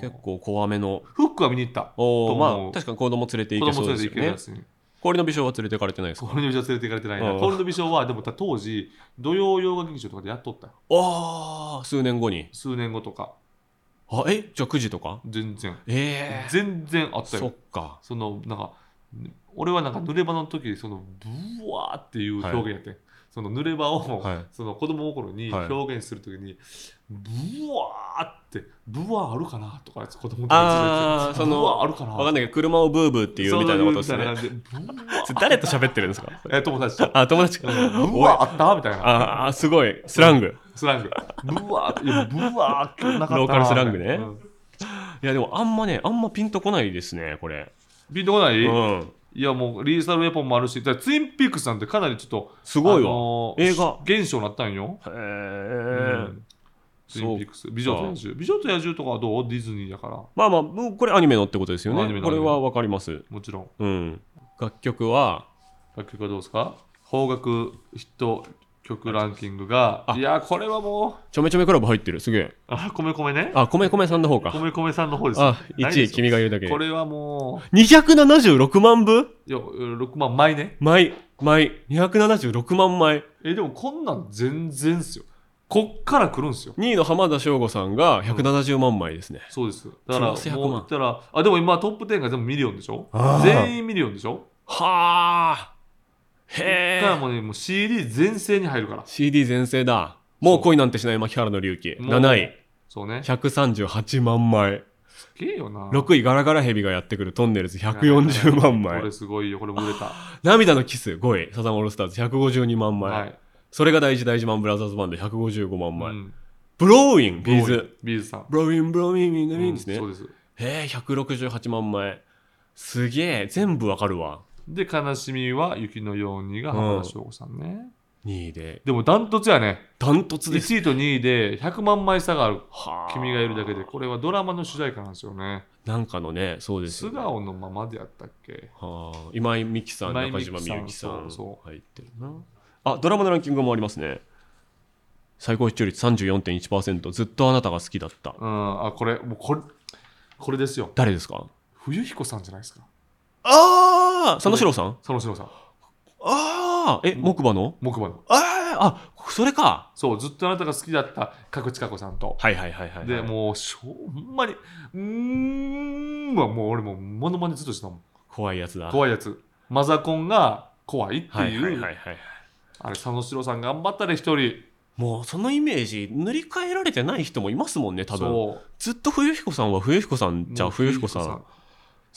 Speaker 1: 結構怖めの
Speaker 2: フックは見に行った。
Speaker 1: お
Speaker 2: と
Speaker 1: ー
Speaker 2: 思う
Speaker 1: まあ確かに子供連れて行
Speaker 2: 子
Speaker 1: けそ
Speaker 2: 供
Speaker 1: う
Speaker 2: 連
Speaker 1: で
Speaker 2: れ
Speaker 1: すよ
Speaker 2: て行ける
Speaker 1: ね
Speaker 2: やつに。
Speaker 1: 氷の美少は連れて行かれてないです
Speaker 2: コ
Speaker 1: か
Speaker 2: ールドビショー連れて行かれてないな。
Speaker 1: うん
Speaker 2: コールドビショーは、でも当時、土曜洋画劇場とかでやっとったよ。
Speaker 1: ああ数年後に
Speaker 2: 数年後とか。
Speaker 1: あえじゃあ9時とか
Speaker 2: 全然。
Speaker 1: ええ
Speaker 2: 全然あった
Speaker 1: そっ
Speaker 2: よ。
Speaker 1: か
Speaker 2: その、なんか、俺はなんか濡れ場の時、その、ブワーっていう表現やってん。その濡れ場を、
Speaker 1: はい
Speaker 2: その子供心に
Speaker 1: はい
Speaker 2: 表現するときに、ブワーって、ブワーあるかなとか、子供
Speaker 1: あー
Speaker 2: たち
Speaker 1: その
Speaker 2: ブワーあるかな
Speaker 1: わかんないけど車をブーブーっていうみたいなことです
Speaker 2: そう
Speaker 1: ね
Speaker 2: そうみたいな感じでブワー
Speaker 1: それ誰と喋ってるんですか
Speaker 2: え友達と。
Speaker 1: [LAUGHS] あ友達
Speaker 2: ブ
Speaker 1: か
Speaker 2: ワーあったみたいな。
Speaker 1: ああすごいスラング
Speaker 2: スラング。ブワーいやブワーなかったな
Speaker 1: ローカルスラングね
Speaker 2: うん
Speaker 1: いやでもあんまねあんまピンとこないですねこれ
Speaker 2: ピンとこない、
Speaker 1: うん
Speaker 2: いやもうリーサルウェポンもあるし、だからツインピークスなんてかなりちょっと、
Speaker 1: すごい
Speaker 2: あ
Speaker 1: わ
Speaker 2: の
Speaker 1: 映
Speaker 2: ー
Speaker 1: 画
Speaker 2: 現象になったんよ。
Speaker 1: へえ
Speaker 2: うんツインピークス。美女と野獣。美女と野獣とかはどうディズニーだから。
Speaker 1: まあまあもうこれアニメのってことですよ
Speaker 2: アニメ
Speaker 1: ね
Speaker 2: のア
Speaker 1: こ
Speaker 2: ニ
Speaker 1: れ
Speaker 2: メ
Speaker 1: はわかります
Speaker 2: もちろん。
Speaker 1: うん楽曲は
Speaker 2: 楽曲はどうですか邦楽ヒット曲ランキングが
Speaker 1: あ、
Speaker 2: いや、これはもう、
Speaker 1: ちょめちょめクラブ入ってるすげえ
Speaker 2: あ、米米ね。
Speaker 1: あ米米さんの方か
Speaker 2: 米米さんの方ですよ。
Speaker 1: あ
Speaker 2: ない
Speaker 1: 1
Speaker 2: で
Speaker 1: 位
Speaker 2: すよ
Speaker 1: 君がいるだけで
Speaker 2: これはも
Speaker 1: 276万部
Speaker 2: う、いや、6万枚ね。
Speaker 1: 枚枚276万枚
Speaker 2: え、でもこんなん全然っすよ。こっから来るんすよ。
Speaker 1: 2位の浜田省吾さんが170万枚ですね、
Speaker 2: そうです。だから、もう
Speaker 1: プラス100万
Speaker 2: 言ったら、あ、でも今トップ10が全部ミリオンでしょ
Speaker 1: あー
Speaker 2: 全員ミリオンでしょ
Speaker 1: はあ
Speaker 2: だ
Speaker 1: へ
Speaker 2: から
Speaker 1: え
Speaker 2: もうね、もう CD 全盛に入るから。
Speaker 1: CD 全盛だもう恋なんてしない牧原の隆起
Speaker 2: もう
Speaker 1: 7位
Speaker 2: そうね。す
Speaker 1: 138万枚
Speaker 2: げえよな。
Speaker 1: 6位ガラガラヘビがやってくるトンネルズ140万枚
Speaker 2: これすごいよ。これも売れた。
Speaker 1: 涙のキス5位サザンオールスターズ152万枚、
Speaker 2: はい。
Speaker 1: それが大事大事マンブラザーズバンド155万
Speaker 2: う
Speaker 1: 枚、
Speaker 2: ん
Speaker 1: ブローインビーズ。
Speaker 2: ビーズさん。
Speaker 1: ブローインブローインみんなみんですね、
Speaker 2: そうです。
Speaker 1: へえ168万枚すげえ全部わかるわ
Speaker 2: で、悲しみは雪のようにが浜田省吾さんね。
Speaker 1: 2位で
Speaker 2: でもダントツやね。
Speaker 1: ダントツです
Speaker 2: 1位と2位で100万枚差がある。
Speaker 1: はあ
Speaker 2: 君がいるだけで、これはドラマの主題歌なんですよね。
Speaker 1: なんかのねそうですよ
Speaker 2: 素
Speaker 1: ね
Speaker 2: 顔のままでやったっけ
Speaker 1: はあ今井美樹さん
Speaker 2: 今井
Speaker 1: 中
Speaker 2: 美樹
Speaker 1: 島み
Speaker 2: さん
Speaker 1: ゆきさん
Speaker 2: そうそ
Speaker 1: 入ってるなあドラマのランキングもありますね最高視聴率34.1%ずっとあなたが好きだった
Speaker 2: うん、あ、これ、もうこれ、これですよ。
Speaker 1: 誰ですか
Speaker 2: 冬彦さんじゃないですか。
Speaker 1: ああ佐野史郎さん
Speaker 2: 佐野史郎さん、
Speaker 1: ああえ木馬の
Speaker 2: 木馬の。
Speaker 1: あああそれか
Speaker 2: そう、ずっとあなたが好きだった、角地佳子さんと。
Speaker 1: はいはいはいはいはい
Speaker 2: で、もう、しょうほんまに、うーんはもう俺もうモノマネずっとしたもん。
Speaker 1: 怖いやつだ
Speaker 2: 怖いやつ。マザコンが怖いって
Speaker 1: はい
Speaker 2: い、
Speaker 1: はいうはいはい
Speaker 2: あれ、佐野史郎さん頑張ったね、一人。
Speaker 1: もうそのイメージ塗り替えられてない人もいますもんね多分
Speaker 2: そう
Speaker 1: ずっと冬彦さんは冬彦さんじゃあ
Speaker 2: もう
Speaker 1: 冬彦さん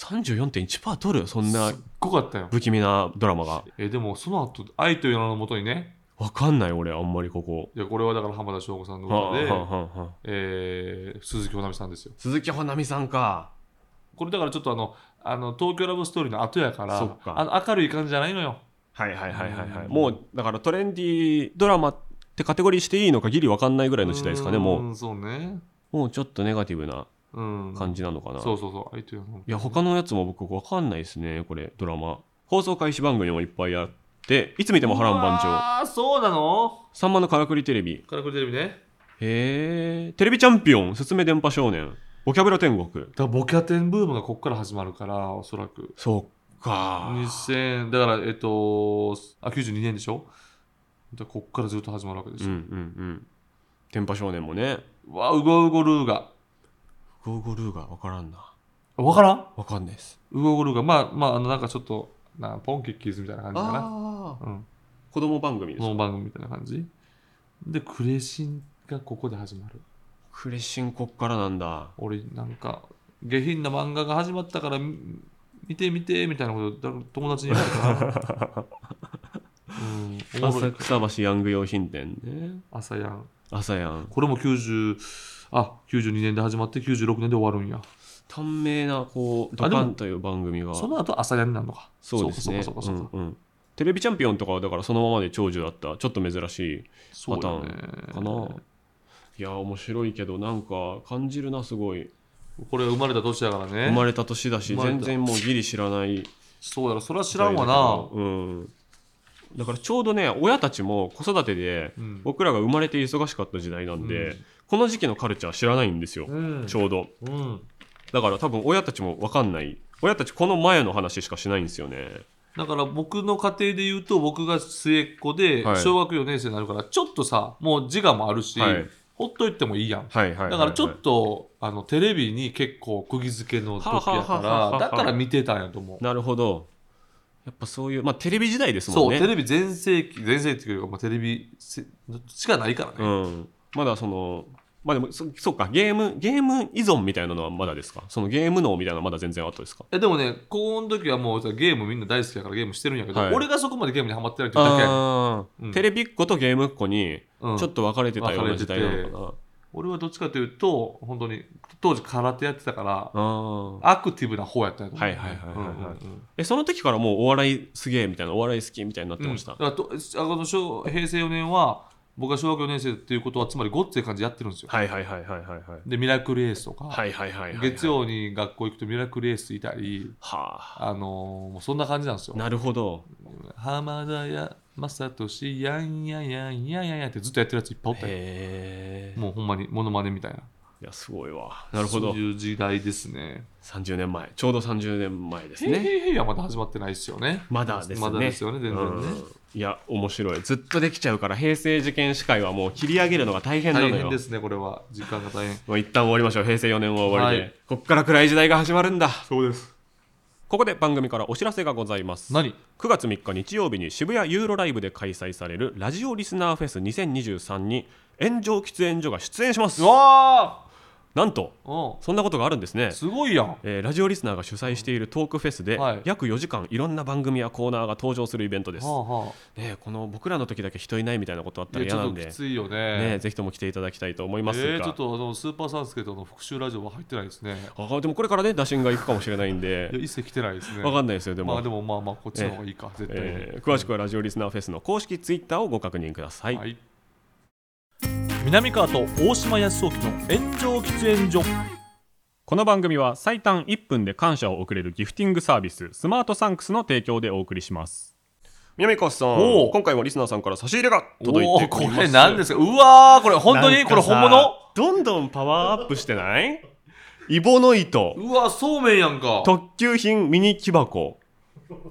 Speaker 1: 34.1%取るそんな
Speaker 2: すっごかったよ。
Speaker 1: 不気味なドラマが
Speaker 2: え、でも、その後、愛という名のもとにね、
Speaker 1: わかんない俺あんまりここ
Speaker 2: いやこれはだから浜田省吾さんの
Speaker 1: はあ
Speaker 2: 歌で、
Speaker 1: はあはあはあ
Speaker 2: えー鈴木保奈美さんですよ。
Speaker 1: 鈴木保奈美さんか
Speaker 2: これだからちょっとあの、あの東京ラブストーリーの後やから、
Speaker 1: そっか
Speaker 2: あの明るい感じじゃないのよ。
Speaker 1: はいはいはいはいはい
Speaker 2: うん
Speaker 1: もうだからトレンディードラマってカテゴリーしていいのかギリわかんないぐらいの時代ですかねも
Speaker 2: う。そうね。
Speaker 1: うもうちょっとネガティブな
Speaker 2: うん。
Speaker 1: 感じなのかな
Speaker 2: そう
Speaker 1: い
Speaker 2: そうそう。相手は
Speaker 1: や他のやつも僕わかんないですねこれドラマ放送開始番組もいっぱいあっていつ見ても波乱万丈
Speaker 2: ああ、そうなの
Speaker 1: さんまのからくりテレビ
Speaker 2: カラクリテレビね。
Speaker 1: へえテレビチャンピオンすすめ電波少年ボキャブラ天国
Speaker 2: だからボキャテンブームがここから始まるから、おそらく。
Speaker 1: そっか
Speaker 2: 2000、だから、えっと、あ、92年でしょだからここからずっと始まるわけで
Speaker 1: う
Speaker 2: し
Speaker 1: んう
Speaker 2: ょ。
Speaker 1: んうん電波少年もね
Speaker 2: うわ、うごうごルーガ。
Speaker 1: ゴーゴルーが分からんな。
Speaker 2: わからん
Speaker 1: 分かんないです。
Speaker 2: うごうごルーガ。まあ、まあ、あの、なんかちょっと、なポンキッキーズみたいな感じかな。
Speaker 1: ああ。
Speaker 2: うん。
Speaker 1: 子供番組で
Speaker 2: こ
Speaker 1: す。
Speaker 2: の番組みたいな感じでクレシンがここで始まる
Speaker 1: クレシンこっからなんだ。
Speaker 2: 俺なんか下品な漫画が始まったからみ見て見てみたいなことだ友達に言われたなうんおも
Speaker 1: 浅
Speaker 2: ろい
Speaker 1: 草橋ヤング用品店ね。
Speaker 2: 朝やん
Speaker 1: 朝やん。
Speaker 2: これも90あ92年で始まって96年で終わるんや
Speaker 1: 短命な、こう、ド
Speaker 2: あでも
Speaker 1: カンという番組が。
Speaker 2: その後朝やんになるのか
Speaker 1: そうですね。
Speaker 2: そうかそうかそうか
Speaker 1: うんうんテレビチャンピオンとかはだからそのままで長寿だった。ちょっと珍し
Speaker 2: そうだね
Speaker 1: いかな。いや、面白いけど、なんか感じるな、すごい。
Speaker 2: これは生まれた年だからね
Speaker 1: 生まれた年だし、
Speaker 2: 生まれ
Speaker 1: 全
Speaker 2: た
Speaker 1: 然もうギリ知らない。
Speaker 2: そうやろそれは知らんわな
Speaker 1: うん。だからちょうどね親たちも子育てで
Speaker 2: うん
Speaker 1: 僕らが生まれて忙しかった時代なんで、
Speaker 2: うん
Speaker 1: この時期のカルチャー知らないんですよ、
Speaker 2: うん
Speaker 1: ちょうど
Speaker 2: うん、
Speaker 1: だから多分親たちも分かんない親たちこの前の話しかしないんですよね
Speaker 2: だから僕の家庭で言うと僕が末っ子で
Speaker 1: はい
Speaker 2: 小学4年生になるからちょっとさもう自我もあるし、
Speaker 1: はい
Speaker 2: ほっといてもいいやん
Speaker 1: はいはいはいはい
Speaker 2: だからちょっとあのテレビに結構釘付けの時や
Speaker 1: はあはあはあ
Speaker 2: か
Speaker 1: はあ
Speaker 2: らだから見てたんやと思う
Speaker 1: なるほどやっぱそういうまあテレビ時代です
Speaker 2: そ
Speaker 1: も
Speaker 2: うん
Speaker 1: ね
Speaker 2: テレビ全盛期全盛期というかもうテレビせしかないからね、
Speaker 1: うん、まだそのまあでもそそうかゲームゲーム依存みたいなのはまだですかそのゲーム脳みたいなのはまだ全然後ですか
Speaker 2: えでもね高校の時はもうさゲームみんな大好きだからゲームしてるんやけど、
Speaker 1: はい
Speaker 2: 俺がそこまでゲームにハマってないってだけやねん
Speaker 1: あー
Speaker 2: うん
Speaker 1: テレビっ子とゲームっ子に
Speaker 2: うん
Speaker 1: ちょっと分かれてたような時代なのかな、
Speaker 2: 俺はどっちかというと本当に当時空手やってたから
Speaker 1: あー
Speaker 2: アクティブな方やったんやと思うね
Speaker 1: はいはいはいはいはい
Speaker 2: うんうんうん
Speaker 1: えその時からもうお笑いすげえみたいなお笑い好きみたいになってました、
Speaker 2: うんだからとあの小平成4年は僕が小学4年生っていうことはつまりごっつい感じやってるんですよ、
Speaker 1: はいはいはいはいはいはい
Speaker 2: でミラクルエースとか、
Speaker 1: はいはいはいはいはい
Speaker 2: 月曜に学校行くとミラクルエースいたり
Speaker 1: はあ
Speaker 2: あのーもうそんな感じなんですよ
Speaker 1: なるほど
Speaker 2: 浜田や正俊やんやんやんやんやんやんってずっとやってるやついっぱいおったよ
Speaker 1: へえ
Speaker 2: もうほんまにモノマネみたいない
Speaker 1: やすごいわなるほど
Speaker 2: そういう時代ですね
Speaker 1: 30年前ちょうど30年前です
Speaker 2: へい
Speaker 1: ね
Speaker 2: へいへいはまだ始まってないですよね
Speaker 1: まだですね。
Speaker 2: まだですよね全然ね
Speaker 1: うんいや、面白い。ずっとできちゃうから、平成受験司会はもう切り上げるのが大変なの
Speaker 2: 大
Speaker 1: よ。
Speaker 2: 変ですねこれは時間が大変
Speaker 1: もう一旦終わりましょう。平成4年は終わりで。
Speaker 2: はい
Speaker 1: こっから暗い時代が始まるんだ。
Speaker 2: そうです
Speaker 1: ここで番組からお知らせがございます。
Speaker 2: 何
Speaker 1: 9月3日日曜日に渋谷ユーロライブで開催されるラジオリスナーフェス2023に炎上喫煙所が出演します
Speaker 2: う。わ
Speaker 1: なんと、
Speaker 2: ー
Speaker 1: そんなことがあるんですね
Speaker 2: うん。すごいやん
Speaker 1: えーラジオリスナーが主催しているトークフェスで、
Speaker 2: はい
Speaker 1: 約4時間いろんな番組やコーナーが登場するイベントです、
Speaker 2: はあは
Speaker 1: ね、この僕らの時だけ人いないみたいなことあっ
Speaker 2: あ
Speaker 1: たら
Speaker 2: いやち
Speaker 1: 嫌な
Speaker 2: ょっ
Speaker 1: ん
Speaker 2: と
Speaker 1: で
Speaker 2: き、ついよ
Speaker 1: ね、
Speaker 2: ね
Speaker 1: ぜひとも来ていただきたいと思いますが、
Speaker 2: えー、ちょっとあのスーパーサンスケとの復習ラジオは入ってないですね
Speaker 1: あーでもこれからね打診が行くかもしれないんで
Speaker 2: いや一切来てないですね
Speaker 1: 分かんないですよでも,、
Speaker 2: まあでもまあまあこっちの方がいいか、絶対に、
Speaker 1: えー詳しくはラジオリスナーフェスの公式ツイッターをご確認ください、
Speaker 2: はい、南川と大島康雄の炎上喫煙所
Speaker 1: この番組は最短1分で感謝を送れるギフティングサービススマートサンクスの提供でお送りします南川さん
Speaker 2: おー
Speaker 1: 今回もリスナーさんから差し入れが届い
Speaker 2: お
Speaker 1: て
Speaker 2: お
Speaker 1: お
Speaker 2: こ
Speaker 1: ります
Speaker 2: れ何ですかうわーこれ本当
Speaker 1: な
Speaker 2: に
Speaker 1: ん
Speaker 2: こ
Speaker 1: か
Speaker 2: れ
Speaker 1: さ
Speaker 2: 本物
Speaker 1: どんどんパワーアップしてないイボの糸
Speaker 2: うわーそうめんやんか
Speaker 1: 特級品ミニ木箱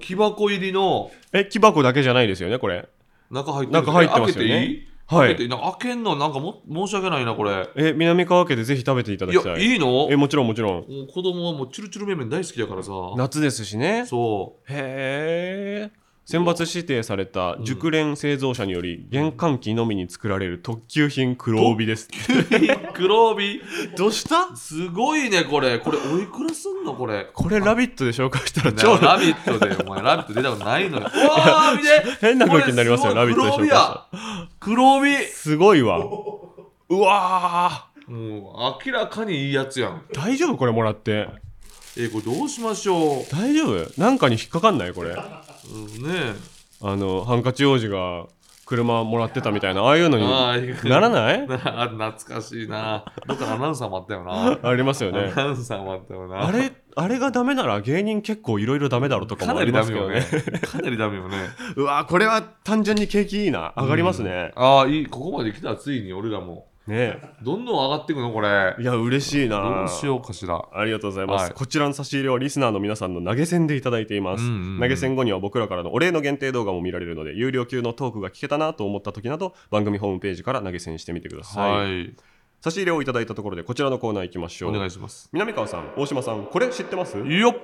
Speaker 2: 木箱入りの
Speaker 1: え木箱だけじゃないですよねこれ
Speaker 2: 中入ってる
Speaker 1: 中入ってますよね
Speaker 2: 開けていい
Speaker 1: はい
Speaker 2: 開けていいなんか開けんのなんかも申し訳ないなこれ
Speaker 1: え南川家でぜひ食べていただ
Speaker 2: い
Speaker 1: きた
Speaker 2: や
Speaker 1: い
Speaker 2: いいのも
Speaker 1: えもちろんもちろん
Speaker 2: う子供はもうチュルチュル麺麺大好きだからさ
Speaker 1: 夏ですしね
Speaker 2: そ
Speaker 1: へえ選抜指定された
Speaker 2: ん
Speaker 1: 熟練製造者により玄関機のみに作られる特級品黒帯です
Speaker 2: う黒帯
Speaker 1: どうした
Speaker 2: すごいねこれこれおいくらすんのこれ
Speaker 1: これ「ラビット!」で紹介したら
Speaker 2: な
Speaker 1: 超
Speaker 2: ラビットで、 [LAUGHS] お前、ラビット出たことないの [LAUGHS] よ。うわー、見て
Speaker 1: 変な空気になりますよ
Speaker 2: これご
Speaker 1: ラビッ
Speaker 2: い
Speaker 1: トで紹介した
Speaker 2: 黒帯や黒
Speaker 1: すごいわ
Speaker 2: [LAUGHS]
Speaker 1: うわー
Speaker 2: 帯もう、明らかにいいやつやん。
Speaker 1: 大丈夫これもらって
Speaker 2: え、これどうしましょう。
Speaker 1: 大丈夫なんかに引っかかんないこれあ
Speaker 2: うん、ね
Speaker 1: のハンカチ王子が車もらってたみたいなああいうの
Speaker 2: あ
Speaker 1: に
Speaker 2: ー
Speaker 1: ならない
Speaker 2: なあ [LAUGHS] 懐かしいな。どっかアナウンサーもあったよな。
Speaker 1: ありますよね
Speaker 2: アナウンサーもあったよな。
Speaker 1: あれ、あれがダメなら芸人結構いろいろダメだろとか
Speaker 2: か
Speaker 1: も
Speaker 2: な
Speaker 1: あり
Speaker 2: り
Speaker 1: ま
Speaker 2: ダ
Speaker 1: す
Speaker 2: メ
Speaker 1: け
Speaker 2: よ
Speaker 1: ど
Speaker 2: ね
Speaker 1: ね。。
Speaker 2: かなりダメよね。
Speaker 1: うわ、これは単純に景気いいな。上がりますね。
Speaker 2: ああ、いい、ここまで来たらついに俺らも。
Speaker 1: ね
Speaker 2: どんどん上がっていくの、これ
Speaker 1: え。い。や、嬉しいな。
Speaker 2: どうしようかしら。
Speaker 1: ありがとうございます、
Speaker 2: はい
Speaker 1: こちらの差し入れはリスナーの皆さんの投げ銭でいただいています、
Speaker 2: うんうんうん
Speaker 1: 投げ銭後には僕らからのお礼の限定動画も見られるので有料級のトークが聞けたなと思った時など番組ホームページから投げ銭してみてください、
Speaker 2: はい。
Speaker 1: 差し入れをいただいたところでこちらのコーナー行きましょ
Speaker 2: お願
Speaker 1: う
Speaker 2: いします。
Speaker 1: 南川さん大島さんこれ知ってます
Speaker 2: よっ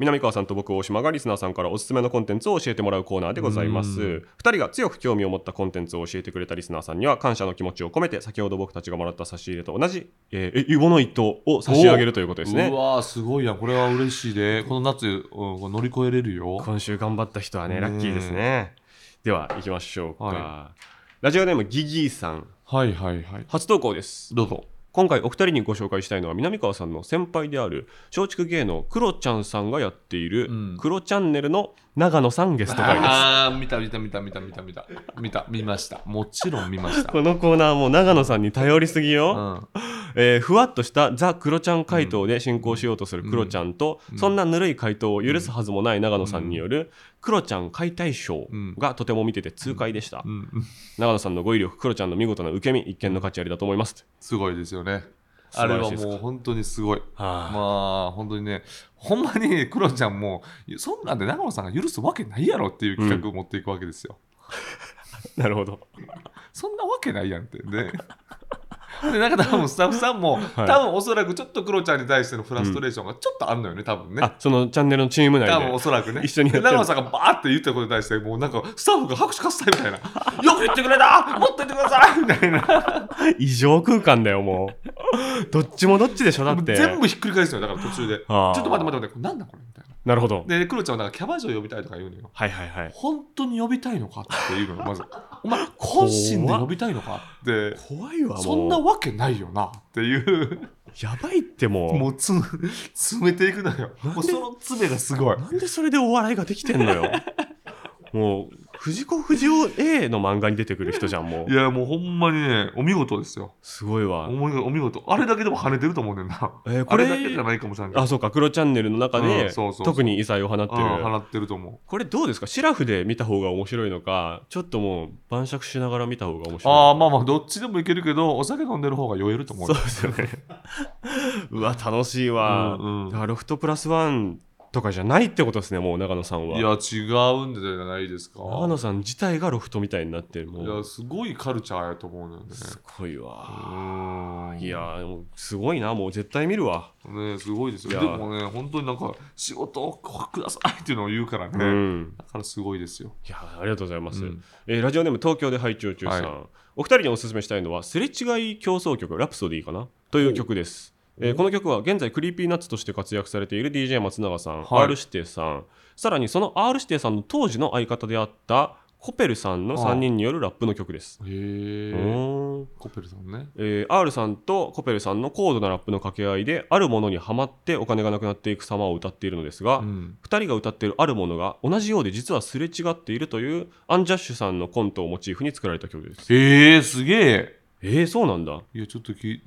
Speaker 1: 南川さんと僕大島がリスナーさんからおすすめのコンテンツを教えてもらうコーナーでございます
Speaker 2: う
Speaker 1: 2人が強く興味を持ったコンテンツを教えてくれたリスナーさんには感謝の気持ちを込めて先ほど僕たちがもらった差し入れと同じえーえイボの糸を差し上げるということです
Speaker 2: う
Speaker 1: ね
Speaker 2: わーすごいやんこれは嬉しいでこの夏、うん、これ乗り越えれるよ
Speaker 1: 今週頑張った人はね
Speaker 2: ね
Speaker 1: ラッキーですねでは行きましょうか、
Speaker 2: は
Speaker 1: ラジオネームギギーさん
Speaker 2: はいはいはい
Speaker 1: 初投稿です
Speaker 2: どうぞ
Speaker 1: 今回お二人にご紹介したいのは南川さんの先輩である松竹芸能クロちゃんさんがやっている
Speaker 2: うん
Speaker 1: クロチャンネルの長野さんゲスト会です
Speaker 2: ああ、見た見た見た見た見た見た見た見ました。もちろん見ました。
Speaker 1: このコーナーも長野さんに頼りすぎよ、
Speaker 2: うん、
Speaker 1: えーふわっとしたザ・クロちゃん回答で進行しようとするクロちゃんと、
Speaker 2: うん
Speaker 1: そんなぬるい回答を許すはずもない長野さんによるクロちゃん解体ショーがとても見てて痛快でした、
Speaker 2: うん、
Speaker 1: 長野さんの語彙力クロちゃんの見事な受け身一見の価値ありだと思います
Speaker 2: すごいですよね。
Speaker 1: 素
Speaker 2: あれ
Speaker 1: 晴ら
Speaker 2: は
Speaker 1: しいですか
Speaker 2: もう本当にすごい。
Speaker 1: は
Speaker 2: まあ本当にね、ほんまにクロちゃんも、そんなんで長野さんが許すわけないやろっていう企画を持っていくわけですよ。
Speaker 1: いなるほど
Speaker 2: そんなわけないやんってね。でなんか多分スタッフさん [LAUGHS] も、
Speaker 1: い
Speaker 2: 多分おそらくちょっとクロちゃんに対してのフラストレーションがちょっとあんのよね、多分ね。
Speaker 1: あそのチャンネルのチーム内
Speaker 2: 多分お
Speaker 1: で
Speaker 2: そらくね。
Speaker 1: 一緒にやってる
Speaker 2: 長野さんがバーって言ったことに対して、もうなんかスタッフが拍手喝采みたいな。 [LAUGHS] よく言ってくれたもっと言ってくださいみたいな。
Speaker 1: 異常空間だよもうどっちもどっちでしょだ
Speaker 2: も
Speaker 1: っ
Speaker 2: う
Speaker 1: て
Speaker 2: [LAUGHS] 全部ひっくり返すのよ、だから途中で。ちょ
Speaker 1: あー
Speaker 2: っと待って待って待って、これなんだこれみたいな。
Speaker 1: なるほど
Speaker 2: で、クロちゃんはなんかキャバ嬢呼びたいとか言うのよ。
Speaker 1: はいはいはい
Speaker 2: 本当に呼びたいのかっていうのよ、まず。お [LAUGHS] 前、本心で呼びたいのかって。
Speaker 1: 怖いわもう
Speaker 2: そんなわけないよなっていう。
Speaker 1: やばいってもう
Speaker 2: もうつ詰めていくのよ。もうその詰めがすごい。
Speaker 1: なんでそれでお笑いができてんのよもう藤子不二雄 A の漫画に出てくる人じゃんもう
Speaker 2: いやもうほんまにね、お見事ですよ。
Speaker 1: すごいわ
Speaker 2: お見事お見事。あれだけでも跳ねてると思うねんな。
Speaker 1: えーこ
Speaker 2: こ
Speaker 1: れ
Speaker 2: れだけじゃないかもしれないけど。
Speaker 1: あそうか黒チャンネルの中
Speaker 2: う
Speaker 1: で
Speaker 2: んそうそうそう
Speaker 1: 特に異彩を放ってる
Speaker 2: うん払ってると思
Speaker 1: これどうですかシラフで見た方が面白いのかちょっともう晩酌しながら見た方が面
Speaker 2: う。あ
Speaker 1: 白
Speaker 2: あ、まあまあ、どっちでもいけるけど、お酒飲んでる方が酔えると
Speaker 1: い
Speaker 2: 思
Speaker 1: そ
Speaker 2: う
Speaker 1: う
Speaker 2: よ。
Speaker 1: ですよねうわ楽しいわ、
Speaker 2: [LAUGHS] うんうん
Speaker 1: だからロフトプラスワンとかじゃないってことですねもう長野さんはい
Speaker 2: や、違うんじゃないですか。
Speaker 1: 長野さん自体がロフトみたいになってるも
Speaker 2: いうや、すごいカルチャーやと思うのよね。
Speaker 1: すごいわ、
Speaker 2: うん。
Speaker 1: いやーもうすごいなもう絶対見るわ
Speaker 2: ね、すごいですよ。
Speaker 1: い
Speaker 2: で
Speaker 1: や
Speaker 2: もね、本当になんか、仕事をくださいっていうのを言うからね。
Speaker 1: うん、
Speaker 2: だからすごいですよ。
Speaker 1: いやありがとうございます、
Speaker 2: うん
Speaker 1: えーラジオネーム東京で拝聴中さん、
Speaker 2: は
Speaker 1: お二人にお勧めしたいのはすれ違い競争曲「ラプソディ」かなという曲です、えーこの曲は現在クリーピーナッツとして活躍されている DJ 松永さん、
Speaker 2: はい
Speaker 1: R 指定さんさらにその R 指定さんの当時の相方であったコペルさんの
Speaker 2: あ
Speaker 1: 3
Speaker 2: あ
Speaker 1: 人によるラップの曲です
Speaker 2: へ
Speaker 1: う
Speaker 2: え。
Speaker 1: ーん
Speaker 2: コペルさんね。
Speaker 1: えー R さんとコペルさんの高度なラップの掛け合いであるものにはまってお金がなくなっていく様を歌っているのですが、
Speaker 2: うん。
Speaker 1: 2人が歌っているあるものが同じようで実はすれ違っているというアンジャッシュさんのコントをモチーフに作られた曲です。
Speaker 2: へえ、すげえ。
Speaker 1: えー、そうなんだ。
Speaker 2: いや、ちょっとき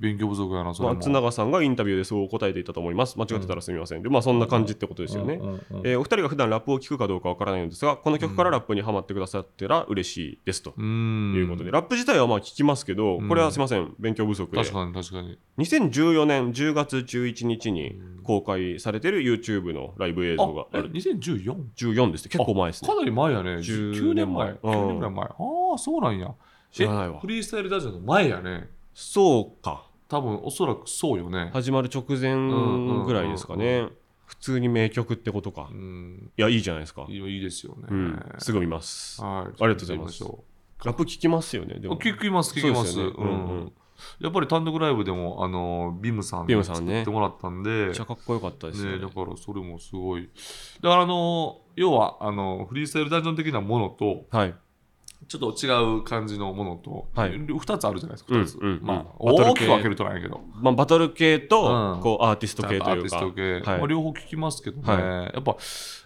Speaker 2: 勉強不足やな、それも。
Speaker 1: 松永さんがインタビューでそう答えていたと思います。間違ってたらすみません。で、まあそんな感じってことですよね。
Speaker 2: うんうんうん
Speaker 1: えーお二人が普段ラップを聴くかどうかわからないのですが、この曲からラップにはまってくださったら嬉しいですと
Speaker 2: う
Speaker 1: い
Speaker 2: ー
Speaker 1: うんことで、ラップ自体はまあ聞きますけど、これはすみません、勉強不足で。
Speaker 2: 確かに確かに
Speaker 1: 2014年10月11日に公開されている YouTube のライブ映像が
Speaker 2: あえ
Speaker 1: ある。
Speaker 2: 2014
Speaker 1: 14ですって結構前ですね
Speaker 2: か。なり前やね
Speaker 1: 10
Speaker 2: 9年前
Speaker 1: うん
Speaker 2: 9年ぐらい前ああそうなんや
Speaker 1: 知らないわ
Speaker 2: えフリースタイルダジャンの前やね
Speaker 1: そうか。
Speaker 2: 多分おそらくそうよね
Speaker 1: 始まる直前ぐらいですか
Speaker 2: うんうんう
Speaker 1: ね普通に名曲ってことか
Speaker 2: うん
Speaker 1: いやいいじゃないですか
Speaker 2: いやいいですよね
Speaker 1: うんすぐ見ます
Speaker 2: はいあ
Speaker 1: りがとうございますラップ聞きますよねでも
Speaker 2: 聞きます聞きます
Speaker 1: そうですよね
Speaker 2: うん
Speaker 1: うんうん
Speaker 2: やっぱり単独ライブでもあのビムさん
Speaker 1: ビムさんね
Speaker 2: 作ってもらったんで
Speaker 1: めっちゃかっこよかったです
Speaker 2: ね、
Speaker 1: よ
Speaker 2: だ
Speaker 1: ね
Speaker 2: からそれもすごいだからあの要はあのフリースタイルダンジョン的なものと
Speaker 1: はい
Speaker 2: ちょっと違う感じのものと、
Speaker 1: はい
Speaker 2: 2つあるじゃないですか、2つ。
Speaker 1: うんうん
Speaker 2: まあ、
Speaker 1: バトル
Speaker 2: 大
Speaker 1: 系
Speaker 2: きく分けるとなんやけど、
Speaker 1: まあバトル系
Speaker 2: う
Speaker 1: と
Speaker 2: ん
Speaker 1: こうアーティスト
Speaker 2: ちゃん
Speaker 1: 系
Speaker 2: と
Speaker 1: と
Speaker 2: ア
Speaker 1: い
Speaker 2: ーテ
Speaker 1: う
Speaker 2: ィス
Speaker 1: か
Speaker 2: ト系、
Speaker 1: はい
Speaker 2: まあ、両方聞きますけどね、
Speaker 1: はい
Speaker 2: やっぱ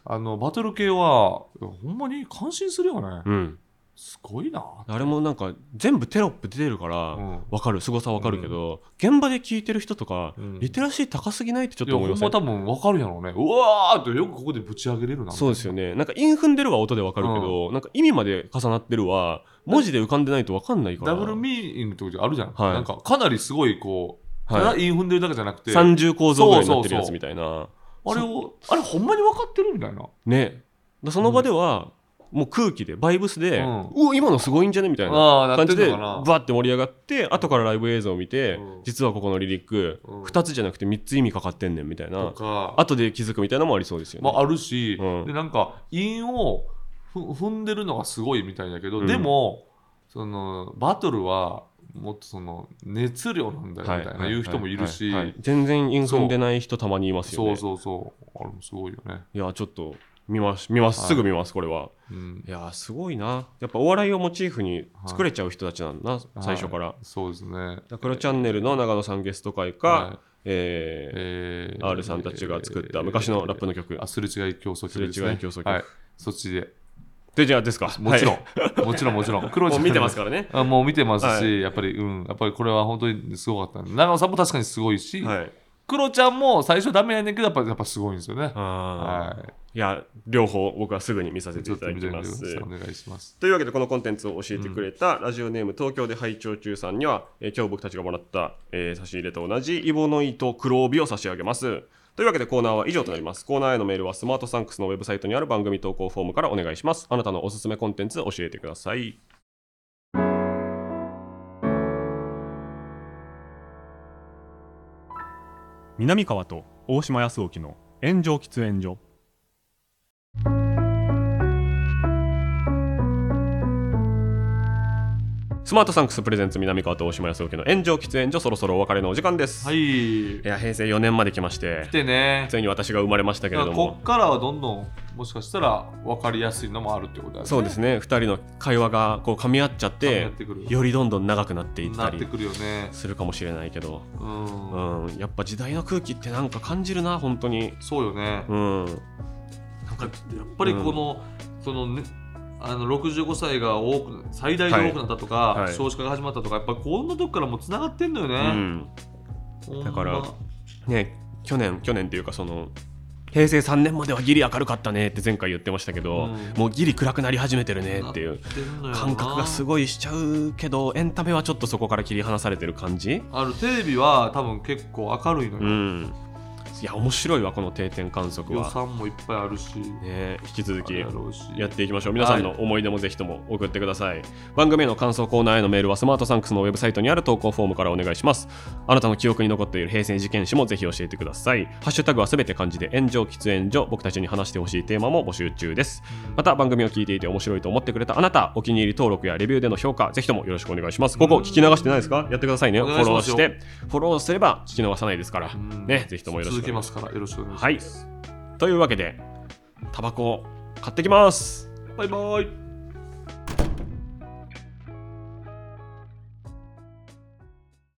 Speaker 2: あのバトル系は、ほんまに感心するよね、
Speaker 1: うん
Speaker 2: すごいなって。
Speaker 1: あれもなんか全部テロップ出てるから
Speaker 2: うん
Speaker 1: わかるすごさわかるけど現場で聞いてる人とか
Speaker 2: うん
Speaker 1: リテラシー高すぎないってちょっ
Speaker 2: い
Speaker 1: と
Speaker 2: や
Speaker 1: 思
Speaker 2: ほ
Speaker 1: いま
Speaker 2: ん
Speaker 1: せ
Speaker 2: ま
Speaker 1: ん
Speaker 2: 多分分かるやろうね。うわーってよくここでぶち上げれるな。
Speaker 1: そうですよねなんか韻踏んでるは音でわかるけどなんか意味まで重なってるは文字で浮かんでないとわかんないから
Speaker 2: ダブルミーニングってことあるじゃん。
Speaker 1: はい
Speaker 2: なんかかなりすごいこう、
Speaker 1: はい
Speaker 2: ただインフンでるだけじゃなくて、あ
Speaker 1: 三重構造ぐらいになってるやつみたいな
Speaker 2: れを、あれほんまに分かってるみたいな。
Speaker 1: ねだその場では、もう空気でバイブスで、
Speaker 2: う
Speaker 1: うんお今のすごいんじゃねみたいな
Speaker 2: ああ、な
Speaker 1: 感
Speaker 2: って
Speaker 1: じ
Speaker 2: る
Speaker 1: で
Speaker 2: のかな
Speaker 1: バ。ッて盛り上がって後からライブ映像を見て、
Speaker 2: うん
Speaker 1: 実はここのリリック、
Speaker 2: うん
Speaker 1: 2つじゃなくて3つ意味かかってんねんみたい
Speaker 2: と
Speaker 1: な
Speaker 2: か、
Speaker 1: 後で気づくみたいなのもありそうですよね、
Speaker 2: まあ、あるし、
Speaker 1: うん
Speaker 2: でなんか韻をふ踏んでるのがすごいみたいだけど、
Speaker 1: うん
Speaker 2: でもそのバトルはもっとその熱量なんだよみたいな、言う人もいるし、
Speaker 1: はいはい全然韻踏んでない人たまにいますよ
Speaker 2: そ
Speaker 1: ね
Speaker 2: うそうそうあれもすごいよね、
Speaker 1: いやちょっと見ます見ます、
Speaker 2: はい
Speaker 1: すぐ見ますこれは
Speaker 2: うん、
Speaker 1: いやーすごいなやっぱお笑いをモチーフに作れちゃう人たちなんだな、最初から、
Speaker 2: そうですね
Speaker 1: だからチャンネルの長野さんゲスト会か、
Speaker 2: は
Speaker 1: えー
Speaker 2: え
Speaker 1: R さんたちが作った昔のラップの曲
Speaker 2: あすれ違い競争曲です
Speaker 1: すれ
Speaker 2: ね
Speaker 1: 違い競争曲
Speaker 2: はいそっちで
Speaker 1: でじゃあですか
Speaker 2: もちろん、
Speaker 1: はい
Speaker 2: もちろんもちろん黒
Speaker 1: [LAUGHS] も
Speaker 2: ち
Speaker 1: う
Speaker 2: ゃん
Speaker 1: 見てますからね
Speaker 2: あ [LAUGHS] もう見てますし、
Speaker 1: はい
Speaker 2: やっぱりうんやっぱりこれは本当にすごかったね長尾さんも確かにすごい
Speaker 1: [LAUGHS]
Speaker 2: し、
Speaker 1: はい
Speaker 2: 黒ちゃんも最初ダメやねんけどやっぱやっぱすごいんですよね
Speaker 1: あ
Speaker 2: はい
Speaker 1: ーいや両方僕はすぐに見させて
Speaker 2: ちょ
Speaker 1: い
Speaker 2: ったと
Speaker 1: だ
Speaker 2: 見
Speaker 1: き
Speaker 2: てみ
Speaker 1: ま
Speaker 2: てくだ
Speaker 1: す
Speaker 2: さいお願いします
Speaker 1: というわけでこのコンテンツを教えてくれたラジオネーム東京で拝聴中さんには、えー今日僕たちがもらった、えー差し入れと同じイボの糸黒帯を差し上げますというわけでコーナーは以上となりますコーナーへのメールはスマートサンクスのウェブサイトにある番組投稿フォームからお願いしますあなたのおすすめコンテンツ教えてください
Speaker 4: 南川と大島康沖の炎上喫煙所
Speaker 1: スマートサンクスプレゼンツ南川と大島康之の炎上喫煙所そろそろお別れのお時間です、、
Speaker 2: はいい
Speaker 1: や平成4年まで来まして
Speaker 2: 来てね
Speaker 1: ついに私が生まれましたけれ
Speaker 2: だか
Speaker 1: ど
Speaker 2: らこ
Speaker 1: も
Speaker 2: っからはどんどんもしかしたら分かりやすいのもあるってことだよね
Speaker 1: そうですね2人の会話がこう噛み合っちゃっ
Speaker 2: 噛み合
Speaker 1: て
Speaker 2: ってくる
Speaker 1: よりどんどん長くなっていった
Speaker 2: なって
Speaker 1: り
Speaker 2: くるよね
Speaker 1: するかもしれないけど、
Speaker 2: うん、
Speaker 1: うん、やっぱ時代の空気ってなんか感じるな本当に
Speaker 2: そうよね、
Speaker 1: うん
Speaker 2: なんかやっぱりこの,、そのね、あの65歳が多く最大で多くなったとか、
Speaker 1: いはい
Speaker 2: 少子化が始まったとかやっぱこんなとこからもつながってんのよ
Speaker 1: う
Speaker 2: ね、
Speaker 1: ん
Speaker 2: ほんま
Speaker 1: だからね去年去年っていうかその平成3年まではギリ明るかったねって前回言ってましたけど、
Speaker 2: うん
Speaker 1: もうギリ暗くなり始めてるねっていう
Speaker 2: なってんのよな
Speaker 1: 感覚がすごいしちゃうけどエンタメはちょっとそこから切り離されてる感じ
Speaker 2: あるテレビは多分結構明るいの
Speaker 1: う
Speaker 2: よ、
Speaker 1: んいや面白いわこの定点観測
Speaker 2: 予
Speaker 1: は、
Speaker 2: 算もいっぱいあるし、
Speaker 1: ね、引き続
Speaker 2: あ
Speaker 1: き
Speaker 2: れやろうし
Speaker 1: やっていきましょう皆さんの思い出もぜひとも送ってください、番組への感想コーナーへのメールはスマートサンクスのウェブサイトにある投稿フォームからお願いしますあなたの記憶に残っている平成事件史もぜひ教えてくださいハッシュタグはすべて漢字で炎上喫煙所僕たちに話してほしいテーマも募集中ですまた番組を聞いていて面白いと思ってくれたあなたお気に入り登録やレビューでの評価ぜひともよろしくお願いしますここ聞き流してないですかやってくださいね
Speaker 2: お
Speaker 1: フ
Speaker 2: 願い
Speaker 1: ォ
Speaker 2: し
Speaker 1: ロー
Speaker 2: ます
Speaker 1: し
Speaker 2: よ
Speaker 1: てフォローすれば聞き逃さないですから
Speaker 2: うん
Speaker 1: ねぜひともよろし
Speaker 2: 続
Speaker 1: くお願
Speaker 2: けま
Speaker 1: いし
Speaker 2: すからよろしくお願いします、
Speaker 1: はいというわけでタバコを買ってきます
Speaker 2: バイバイ